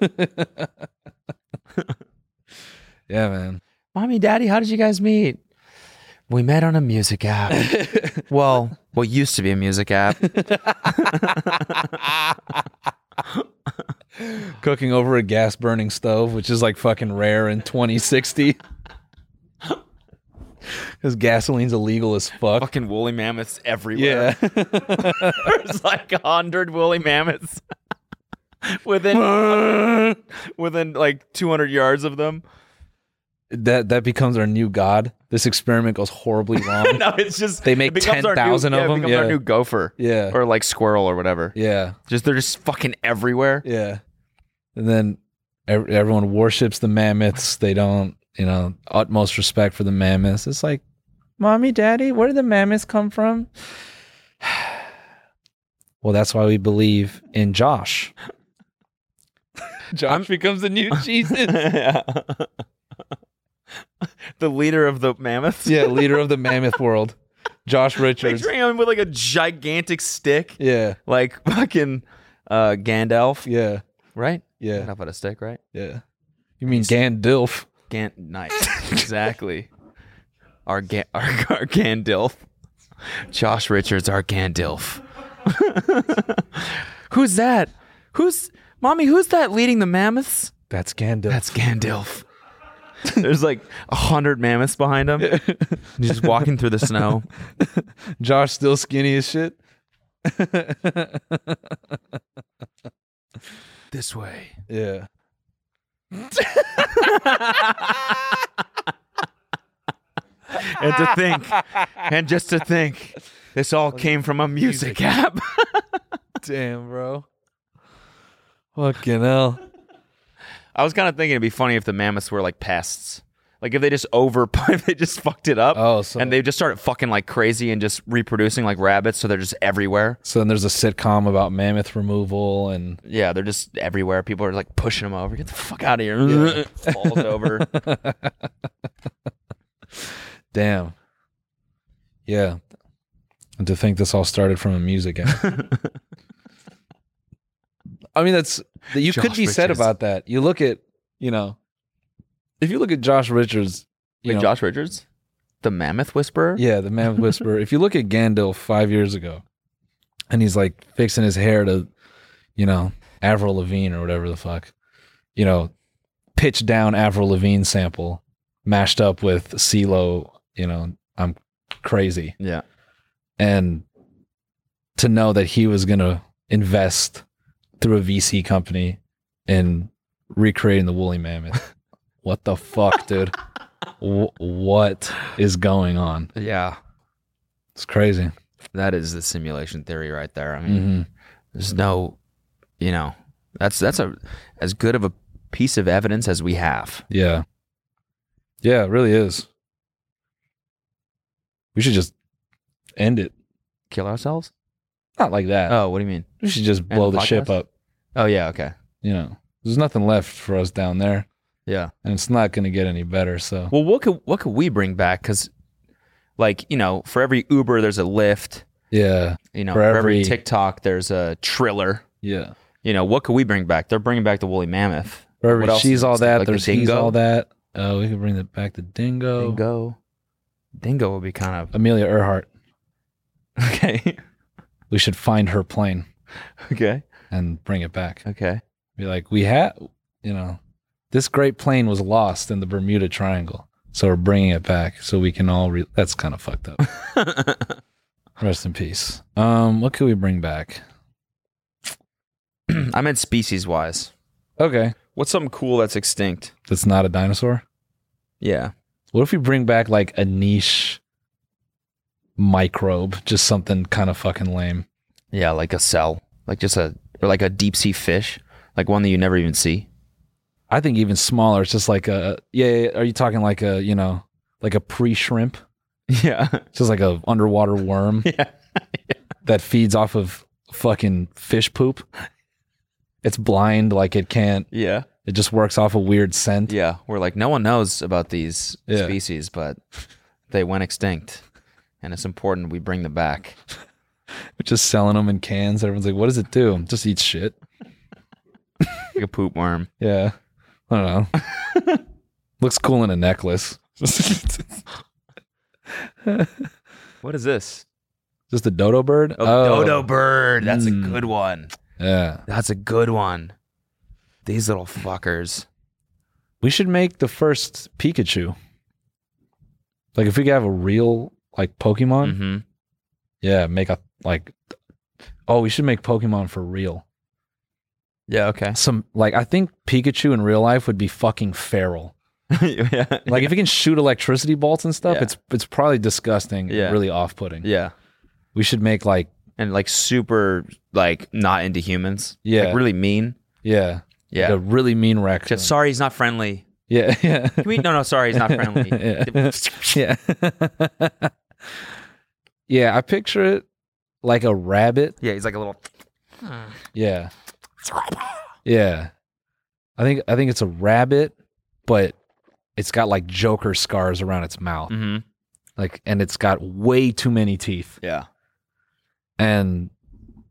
Speaker 1: yeah, man.
Speaker 2: Mommy, Daddy, how did you guys meet? We met on a music app. well, what used to be a music app.
Speaker 1: Cooking over a gas burning stove, which is like fucking rare in 2060. Because gasoline's illegal as fuck.
Speaker 2: Fucking woolly mammoths everywhere.
Speaker 1: Yeah.
Speaker 2: There's like a hundred woolly mammoths within within like 200 yards of them.
Speaker 1: that that becomes our new god. This experiment goes horribly wrong.
Speaker 2: No, it's just
Speaker 1: They make
Speaker 2: it becomes our new-
Speaker 1: 10,000 of
Speaker 2: yeah, it
Speaker 1: them?
Speaker 2: becomes our
Speaker 1: Yeah.
Speaker 2: new gopher,
Speaker 1: Yeah.
Speaker 2: or like squirrel or whatever.
Speaker 1: Yeah.
Speaker 2: Just they're just fucking everywhere.
Speaker 1: Yeah. And then ev- everyone worships the mammoths. They don't, you know, utmost respect for the mammoths. It's like, mommy, daddy, where did the mammoths come from? well, that's why we believe in Josh. Josh becomes the new Jesus.
Speaker 2: the leader of the mammoths.
Speaker 1: yeah, leader of the mammoth world, Josh Richards.
Speaker 2: Picturing him with like a gigantic stick,
Speaker 1: Yeah.
Speaker 2: like fucking uh, Gandalf,
Speaker 1: Yeah.
Speaker 2: right?
Speaker 1: Yeah.
Speaker 2: Gandalf had a stick, right?
Speaker 1: Yeah. You mean Gandilf?
Speaker 2: Gant, nice, exactly. Our, ga- our, our Gandilf, Josh Richards, our Gandilf. who's that? Who's mommy? Who's that leading the mammoths?
Speaker 1: That's Gandilf.
Speaker 2: That's Gandalf. There's like a hundred mammoths behind him. He's just walking through the snow.
Speaker 1: Josh still skinny as shit.
Speaker 2: This way.
Speaker 1: Yeah.
Speaker 2: And to think, and just to think, this all came from a music app.
Speaker 1: Damn, bro. Fucking hell.
Speaker 2: I was kind of thinking it'd be funny if the mammoths were like pests. Like if they just over, if they just fucked it up.
Speaker 1: Oh, so-
Speaker 2: and they just started fucking like crazy and just reproducing like rabbits, so they're just everywhere.
Speaker 1: So then there's a sitcom about mammoth removal and
Speaker 2: Yeah, they're just everywhere. People are like pushing them over. Get the fuck out of here! Falls over.
Speaker 1: damn. Yeah. And to think this all started from a music app. I mean that's that you could
Speaker 2: Josh
Speaker 1: be said
Speaker 2: Richards.
Speaker 1: about that. You look at, you know, if you look at Josh Richards, you
Speaker 2: Like
Speaker 1: know,
Speaker 2: Josh Richards, the Mammoth Whisperer.
Speaker 1: Yeah, the man with whisper. if you look at Gandalf five years ago, and he's like fixing his hair to, you know, Avril Lavigne or whatever the fuck, you know, pitch down Avril Lavigne sample, mashed up with CeeLo, you know, I'm crazy,
Speaker 2: yeah.
Speaker 1: and to know that he was gonna invest through a VC company in recreating the woolly mammoth. what the fuck, dude? Wh- what is going on?
Speaker 2: Yeah,
Speaker 1: It's crazy.
Speaker 2: that is the simulation theory right there. I mean,
Speaker 1: Mm-hmm.
Speaker 2: there's no, you know, that's that's a as good of a piece of evidence as we have.
Speaker 1: Yeah. Yeah, it really is. We should just end it.
Speaker 2: Kill ourselves?
Speaker 1: Not like that.
Speaker 2: Oh, what do you mean?
Speaker 1: we should just blow the,
Speaker 2: the
Speaker 1: ship
Speaker 2: podcast?
Speaker 1: up.
Speaker 2: Oh yeah, okay,
Speaker 1: You know, there's nothing left for us down there,
Speaker 2: yeah.
Speaker 1: and it's not going to get any better. So,
Speaker 2: Well, what could what could we bring back? Because, like, you know, for every Uber, there's a Lyft.
Speaker 1: yeah.
Speaker 2: You know,
Speaker 1: For
Speaker 2: for, every
Speaker 1: every-
Speaker 2: TikTok, there's a Triller.
Speaker 1: Yeah.
Speaker 2: You know, what could we bring back? They're bringing back the woolly mammoth. What
Speaker 1: Wherever
Speaker 2: else
Speaker 1: she's
Speaker 2: is
Speaker 1: all
Speaker 2: there?
Speaker 1: that,
Speaker 2: Like the
Speaker 1: there's he's
Speaker 2: dingo?
Speaker 1: all that. Uh, we can bring that back to Dingo.
Speaker 2: Dingo. Dingo would be kind of
Speaker 1: Amelia Earhart.
Speaker 2: Okay.
Speaker 1: We should find her plane
Speaker 2: Okay.
Speaker 1: and bring it back.
Speaker 2: Okay.
Speaker 1: Be like, we had, you know, this great plane was lost in the Bermuda Triangle. So we're bringing it back so we can all, re- that's kind of fucked up. Rest in peace. Um, what could we bring back?
Speaker 2: I meant species wise.
Speaker 1: Okay,
Speaker 2: What's something cool that's extinct?
Speaker 1: that's not a dinosaur.
Speaker 2: Yeah.
Speaker 1: What if we bring back like a niche microbe, just something kind of fucking lame?
Speaker 2: Yeah, like a cell. Like just a or like a deep sea fish. Like one that you never even see.
Speaker 1: I think even smaller. It's just like a yeah. yeah, Are you talking like a you know like a pre shrimp?
Speaker 2: Yeah.
Speaker 1: It's just like a underwater worm
Speaker 2: yeah.
Speaker 1: that feeds off of fucking fish poop. It's blind, like it can't.
Speaker 2: Yeah.
Speaker 1: It just works off a weird scent.
Speaker 2: Yeah. We're like, no one knows about these
Speaker 1: Yeah.
Speaker 2: species, but they went extinct. And it's important we bring them back.
Speaker 1: We're just selling them in cans. Everyone's like, "What does it do? Just eat shit."
Speaker 2: Like a poop worm.
Speaker 1: Yeah, I don't know. Looks cool in a necklace.
Speaker 2: What is this?
Speaker 1: Just a dodo bird.
Speaker 2: A dodo bird. That's a
Speaker 1: Mm.
Speaker 2: good one.
Speaker 1: Yeah,
Speaker 2: That's a good one. These little fuckers.
Speaker 1: we should make the first Pikachu. Like, if we could have a real like Pokemon,
Speaker 2: Mm-hmm.
Speaker 1: yeah, make a like. Oh, we should make Pokemon for real.
Speaker 2: Yeah. Okay.
Speaker 1: Some like I think Pikachu in real life would be fucking feral.
Speaker 2: yeah.
Speaker 1: Like if it can shoot electricity bolts and stuff,
Speaker 2: Yeah.
Speaker 1: it's it's probably disgusting. and
Speaker 2: Yeah.
Speaker 1: really off-putting.
Speaker 2: Yeah.
Speaker 1: We should make like
Speaker 2: And like super, like not into humans.
Speaker 1: Yeah.
Speaker 2: Like really mean.
Speaker 1: yeah,
Speaker 2: Yeah.
Speaker 1: a really mean raccoon.
Speaker 2: Just sorry, he's not friendly.
Speaker 1: Yeah, yeah.
Speaker 2: Can we- no, no, sorry, he's not friendly.
Speaker 1: yeah. yeah. yeah, I picture it like a rabbit.
Speaker 2: Yeah, he's like a little.
Speaker 1: Yeah. Yeah. I think I think it's a rabbit, but it's got like Joker scars around its mouth.
Speaker 2: Mm-hmm.
Speaker 1: Like and it's got way too many teeth.
Speaker 2: Yeah.
Speaker 1: And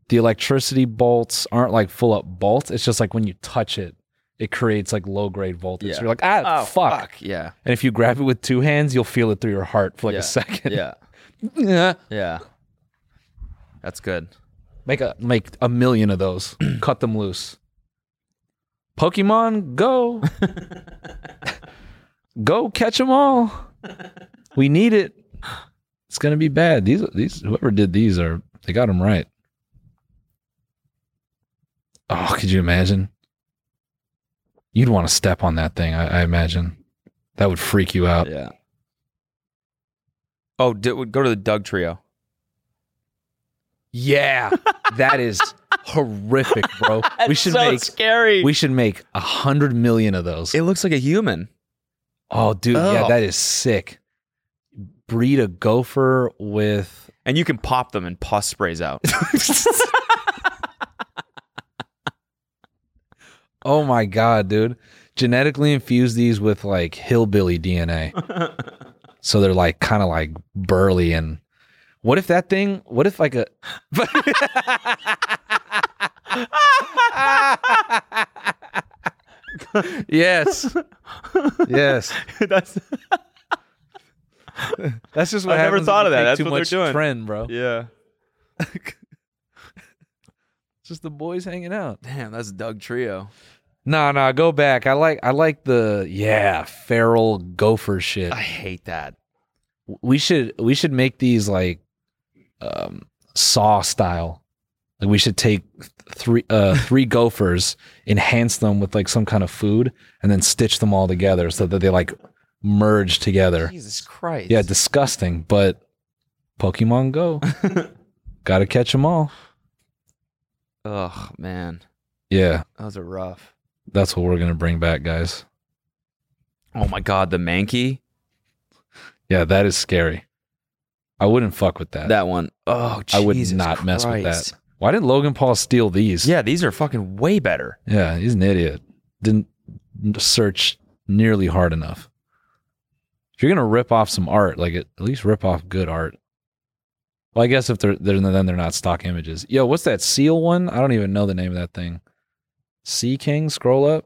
Speaker 1: the electricity bolts aren't like full up bolts. It's just like when you touch it, it creates like low grade voltage.
Speaker 2: Yeah.
Speaker 1: So you're like, ah, fuck.
Speaker 2: Oh, Yeah.
Speaker 1: And if you grab it with two hands, you'll feel it through your heart for like
Speaker 2: Yeah.
Speaker 1: a second.
Speaker 2: Yeah.
Speaker 1: Yeah.
Speaker 2: Yeah. That's good.
Speaker 1: Make a make a million of those. Cut them loose. Pokemon go. go catch them all. We need it. It's going to be bad. These these whoever did these are they got them right. Oh, could you imagine? You'd want to step on that thing, I, I imagine. That would freak you out.
Speaker 2: Yeah. Oh, d- go to the Doug Trio.
Speaker 1: Yeah, that is horrific, bro. we should make
Speaker 2: scary.
Speaker 1: we should make a hundred million of those.
Speaker 2: it looks like a human.
Speaker 1: oh, dude, yeah,
Speaker 2: Oh.
Speaker 1: that is sick. Breed a gopher with
Speaker 2: And you can pop them and pus sprays out.
Speaker 1: oh my god, dude, genetically infuse these with like hillbilly DNA, so they're like kind of like burly and. What if that thing? What if like a? yes, yes.
Speaker 2: That's
Speaker 1: That's just
Speaker 2: what I've never happens when thought of you that. take That's too what they're much doing.
Speaker 1: Trend, bro.
Speaker 2: yeah.
Speaker 1: just the boys hanging out.
Speaker 2: Damn, that's Doug Trio.
Speaker 1: Nah, nah. Go back. I like. I like the yeah feral gopher shit.
Speaker 2: I hate that.
Speaker 1: We should. We should make these like, um, saw style. Like we should take three uh three gophers, enhance them with like some kind of food, and then stitch them all together so that they like merge together.
Speaker 2: Jesus Christ.
Speaker 1: Yeah, disgusting, but Pokemon Go. Gotta catch them all.
Speaker 2: Ugh, man.
Speaker 1: Yeah,
Speaker 2: Those are rough.
Speaker 1: that's what we're gonna bring back, guys.
Speaker 2: Oh my god, the Mankey?
Speaker 1: Yeah, that is scary. I wouldn't fuck with that.
Speaker 2: That one. Oh,
Speaker 1: I would
Speaker 2: Jesus
Speaker 1: not mess with that.
Speaker 2: Christ.
Speaker 1: Why did Logan Paul steal these?
Speaker 2: Yeah, these are fucking way better.
Speaker 1: Yeah, he's an idiot. Didn't search nearly hard enough. If you're gonna rip off some art, like at least rip off good art. Well, I guess if they're, they're then they're not stock images. Yo, what's that seal one? I don't even know the name of that thing. Sea King, scroll up.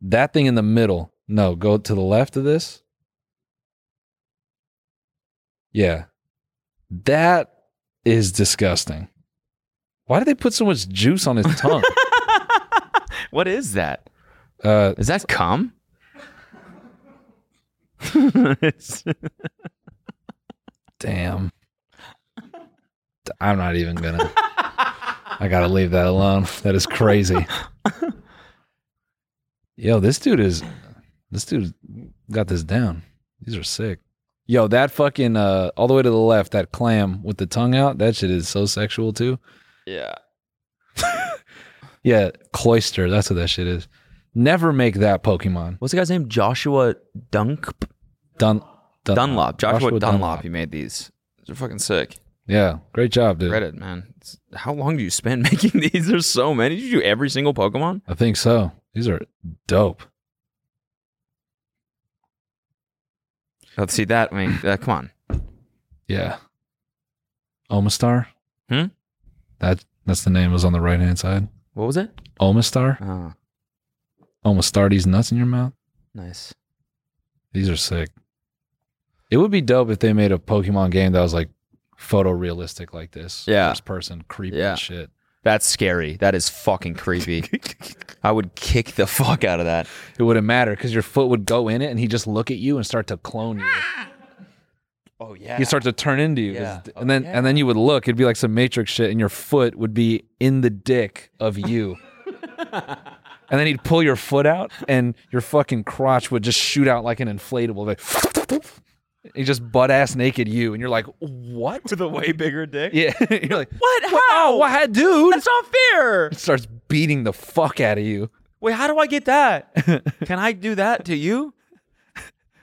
Speaker 1: That thing in the middle. No, go to the left of this. Yeah. That is disgusting. Why did they put so much juice on his tongue?
Speaker 2: What is that?
Speaker 1: Uh,
Speaker 2: Is that cum? It's-
Speaker 1: damn. I'm not even gonna. I gotta leave that alone. That is crazy. Yo, this dude is. This dude got this down. These are sick. Yo, that fucking uh, all the way to the left, that clam with the tongue out. That shit is so sexual too.
Speaker 2: Yeah.
Speaker 1: Yeah, cloister. That's what that shit is. Never make that Pokemon.
Speaker 2: What's the guy's name? Joshua Dunk
Speaker 1: Dun, Dun-
Speaker 2: Dunlop. Joshua, Dunlop. He made these. These are fucking sick.
Speaker 1: Yeah, great job, dude.
Speaker 2: Reddit, man. It's- how long do you spend making these? There's so many. Did you do every single Pokemon?
Speaker 1: I think so. These are dope.
Speaker 2: Let's see that. I mean, uh, come on.
Speaker 1: Yeah. Omastar?
Speaker 2: Hmm?
Speaker 1: That that's the name was on the right hand side.
Speaker 2: What was it?
Speaker 1: Omastar?
Speaker 2: Oh,
Speaker 1: Omastar these nuts in your mouth?
Speaker 2: nice.
Speaker 1: These are sick. It would be dope if they made a Pokemon game that was like photorealistic like this.
Speaker 2: Yeah.
Speaker 1: First person, creepy
Speaker 2: Yeah.
Speaker 1: and shit.
Speaker 2: That's scary. That is fucking creepy. I would kick the fuck out of that.
Speaker 1: It wouldn't matter because your foot would go in it and he'd just look at you and start to clone you.
Speaker 2: Oh yeah.
Speaker 1: He'd start to turn into you. 'cause
Speaker 2: Yeah.
Speaker 1: d- And then and then you would look, it'd be like some matrix shit, and your foot would be in the dick of you. and then he'd pull your foot out and your fucking crotch would just shoot out like an inflatable. Like he just butt ass naked you, and you're like, what?
Speaker 2: with a way bigger dick.
Speaker 1: Yeah. you're like,
Speaker 2: What? How?
Speaker 1: Oh, what dude?
Speaker 2: That's not fair.
Speaker 1: starts beating the fuck out of you.
Speaker 2: Wait, how do I get that? Can I do that to you?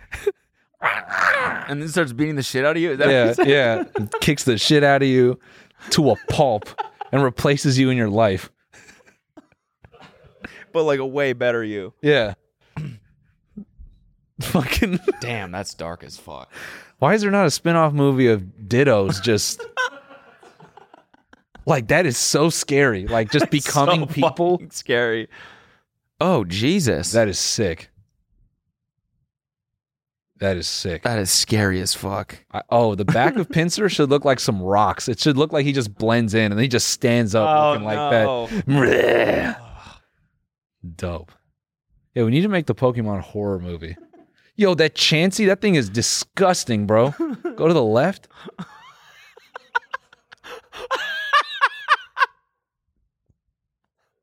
Speaker 2: and then starts beating the shit out of you. Is that
Speaker 1: Yeah, yeah. Kicks the shit out of you to a pulp and replaces you in your life.
Speaker 2: but like a way better you.
Speaker 1: Yeah. Fucking
Speaker 2: Damn, that's dark as fuck.
Speaker 1: Why is there not a spin-off movie of Ditto's just like that is so scary. Like just becoming people.
Speaker 2: scary. Oh Jesus,
Speaker 1: That is sick. That is sick.
Speaker 2: that is scary as fuck.
Speaker 1: I, oh, the back of Pincer should look like some rocks. It should look like he just blends in and then he just stands up
Speaker 2: Oh,
Speaker 1: looking like that. Bleh. Dope. Yeah, we need to make the Pokemon horror movie. Yo, that Chansey, that thing is disgusting, bro. Go to the left.
Speaker 2: Oh,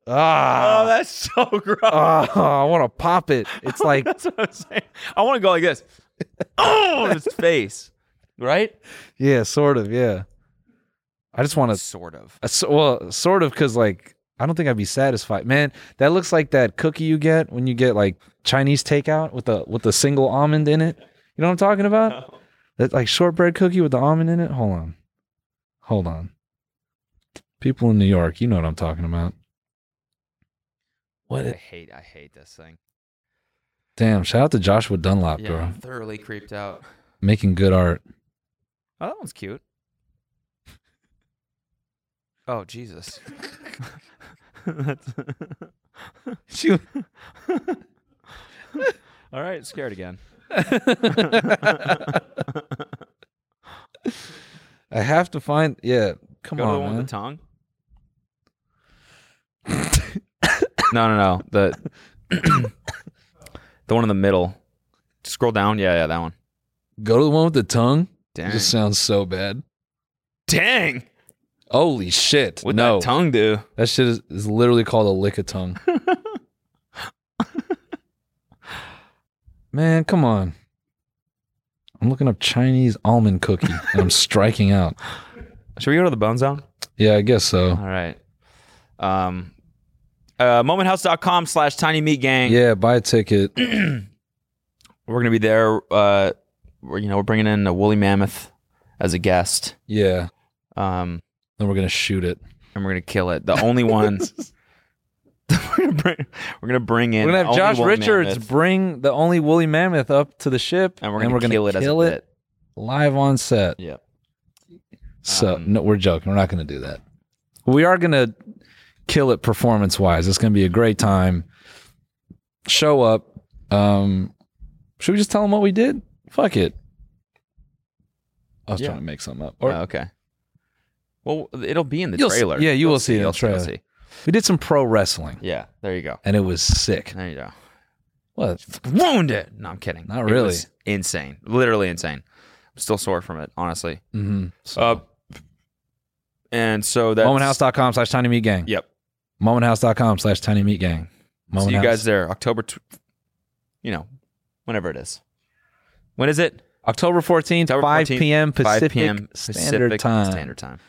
Speaker 1: ah,
Speaker 2: Oh, that's so gross.
Speaker 1: ah, I want to pop it. It's like,
Speaker 2: that's what I'm saying. I want to go like this. Oh, his face. Right?
Speaker 1: yeah, sort of, yeah. I just want to
Speaker 2: Sort of.
Speaker 1: Uh, so, well, sort of, because like I don't think I'd be satisfied, man. That looks like that cookie you get when you get like Chinese takeout with the with the single almond in it. You know what I'm talking about? That like shortbread cookie with the almond in it. Hold on, hold on. People in New York, you know what I'm talking about.
Speaker 2: What? I hate. I hate this thing.
Speaker 1: Damn! Shout out to Joshua Dunlop,
Speaker 2: Yeah,
Speaker 1: bro,
Speaker 2: I'm thoroughly creeped out.
Speaker 1: making good art.
Speaker 2: Oh, that one's cute. Oh Jesus. That's- All right, scared again.
Speaker 1: I have to find. Yeah, come
Speaker 2: Go to the
Speaker 1: on,
Speaker 2: one
Speaker 1: man.
Speaker 2: with the tongue. no, no, no. The the one in the middle. Scroll down. Yeah, yeah, that one.
Speaker 1: Go to the one with the tongue. It
Speaker 2: Dang.
Speaker 1: just sounds so bad.
Speaker 2: Dang.
Speaker 1: Holy shit!
Speaker 2: What
Speaker 1: no,
Speaker 2: that tongue do?
Speaker 1: That shit is, is literally called a lick a tongue. Man, come on. I'm looking up Chinese almond cookie and I'm striking out.
Speaker 2: Should we go to the bone zone?
Speaker 1: Yeah, I guess so.
Speaker 2: All right. Um uh momenthouse.com slash tiny meat gang.
Speaker 1: Yeah, buy a ticket.
Speaker 2: We're gonna be there. Uh we're you know, we're bringing in a woolly mammoth as a guest.
Speaker 1: Yeah.
Speaker 2: Um
Speaker 1: Then we're going to shoot it.
Speaker 2: and we're gonna kill it. The only one we're, gonna bring, we're gonna bring in
Speaker 1: we're going to have
Speaker 2: only
Speaker 1: Josh
Speaker 2: woolly
Speaker 1: Richards
Speaker 2: mammoth,
Speaker 1: bring the only woolly mammoth up to the ship
Speaker 2: and we're gonna kill it
Speaker 1: kill
Speaker 2: as a
Speaker 1: it live on set.
Speaker 2: bit. Yeah.
Speaker 1: So,
Speaker 2: Um,
Speaker 1: no, we're joking. We're not going to do that. We are going to kill it performance wise. It's going to be a great time. Show up. Um, should we just tell them what we did? Fuck it. I was
Speaker 2: Yeah.
Speaker 1: trying to make something up. Or
Speaker 2: Oh, okay. Well, it'll be in the
Speaker 1: You'll see-
Speaker 2: trailer.
Speaker 1: yeah, you will see it in
Speaker 2: you'll
Speaker 1: the trailer.
Speaker 2: you'll see.
Speaker 1: we did some pro wrestling,
Speaker 2: Yeah, there you go.
Speaker 1: and it was sick.
Speaker 2: There you go.
Speaker 1: What?
Speaker 2: Wounded. No, I'm kidding.
Speaker 1: Not
Speaker 2: It
Speaker 1: really.
Speaker 2: was
Speaker 1: Uh,
Speaker 2: insane. Literally insane. I'm still sore from it, honestly.
Speaker 1: Mm-hmm.
Speaker 2: Uh, And so that's
Speaker 1: momenthouse.com slash tiny meat gang.
Speaker 2: Yep.
Speaker 1: Momenthouse.com slash tiny meat gang.
Speaker 2: See you
Speaker 1: Momenthouse.
Speaker 2: guys there, October. Tw- you know, whenever it is. When is it?
Speaker 1: October 14th,
Speaker 2: October
Speaker 1: 5
Speaker 2: 14th,
Speaker 1: p.m.
Speaker 2: 5
Speaker 1: Pacific,
Speaker 2: p.m.
Speaker 1: Standard
Speaker 2: Pacific
Speaker 1: Time.
Speaker 2: Standard Time.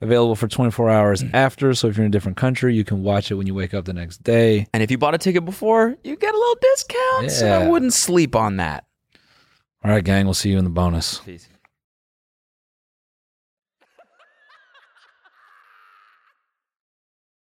Speaker 1: Available for 24 hours after. So if you're in a different country, you can watch it when you wake up the next day.
Speaker 2: And if you bought a ticket before, you get a little discount. So I
Speaker 1: Yeah.
Speaker 2: wouldn't sleep on that.
Speaker 1: All right, gang. We'll see you in the bonus.
Speaker 2: Peace.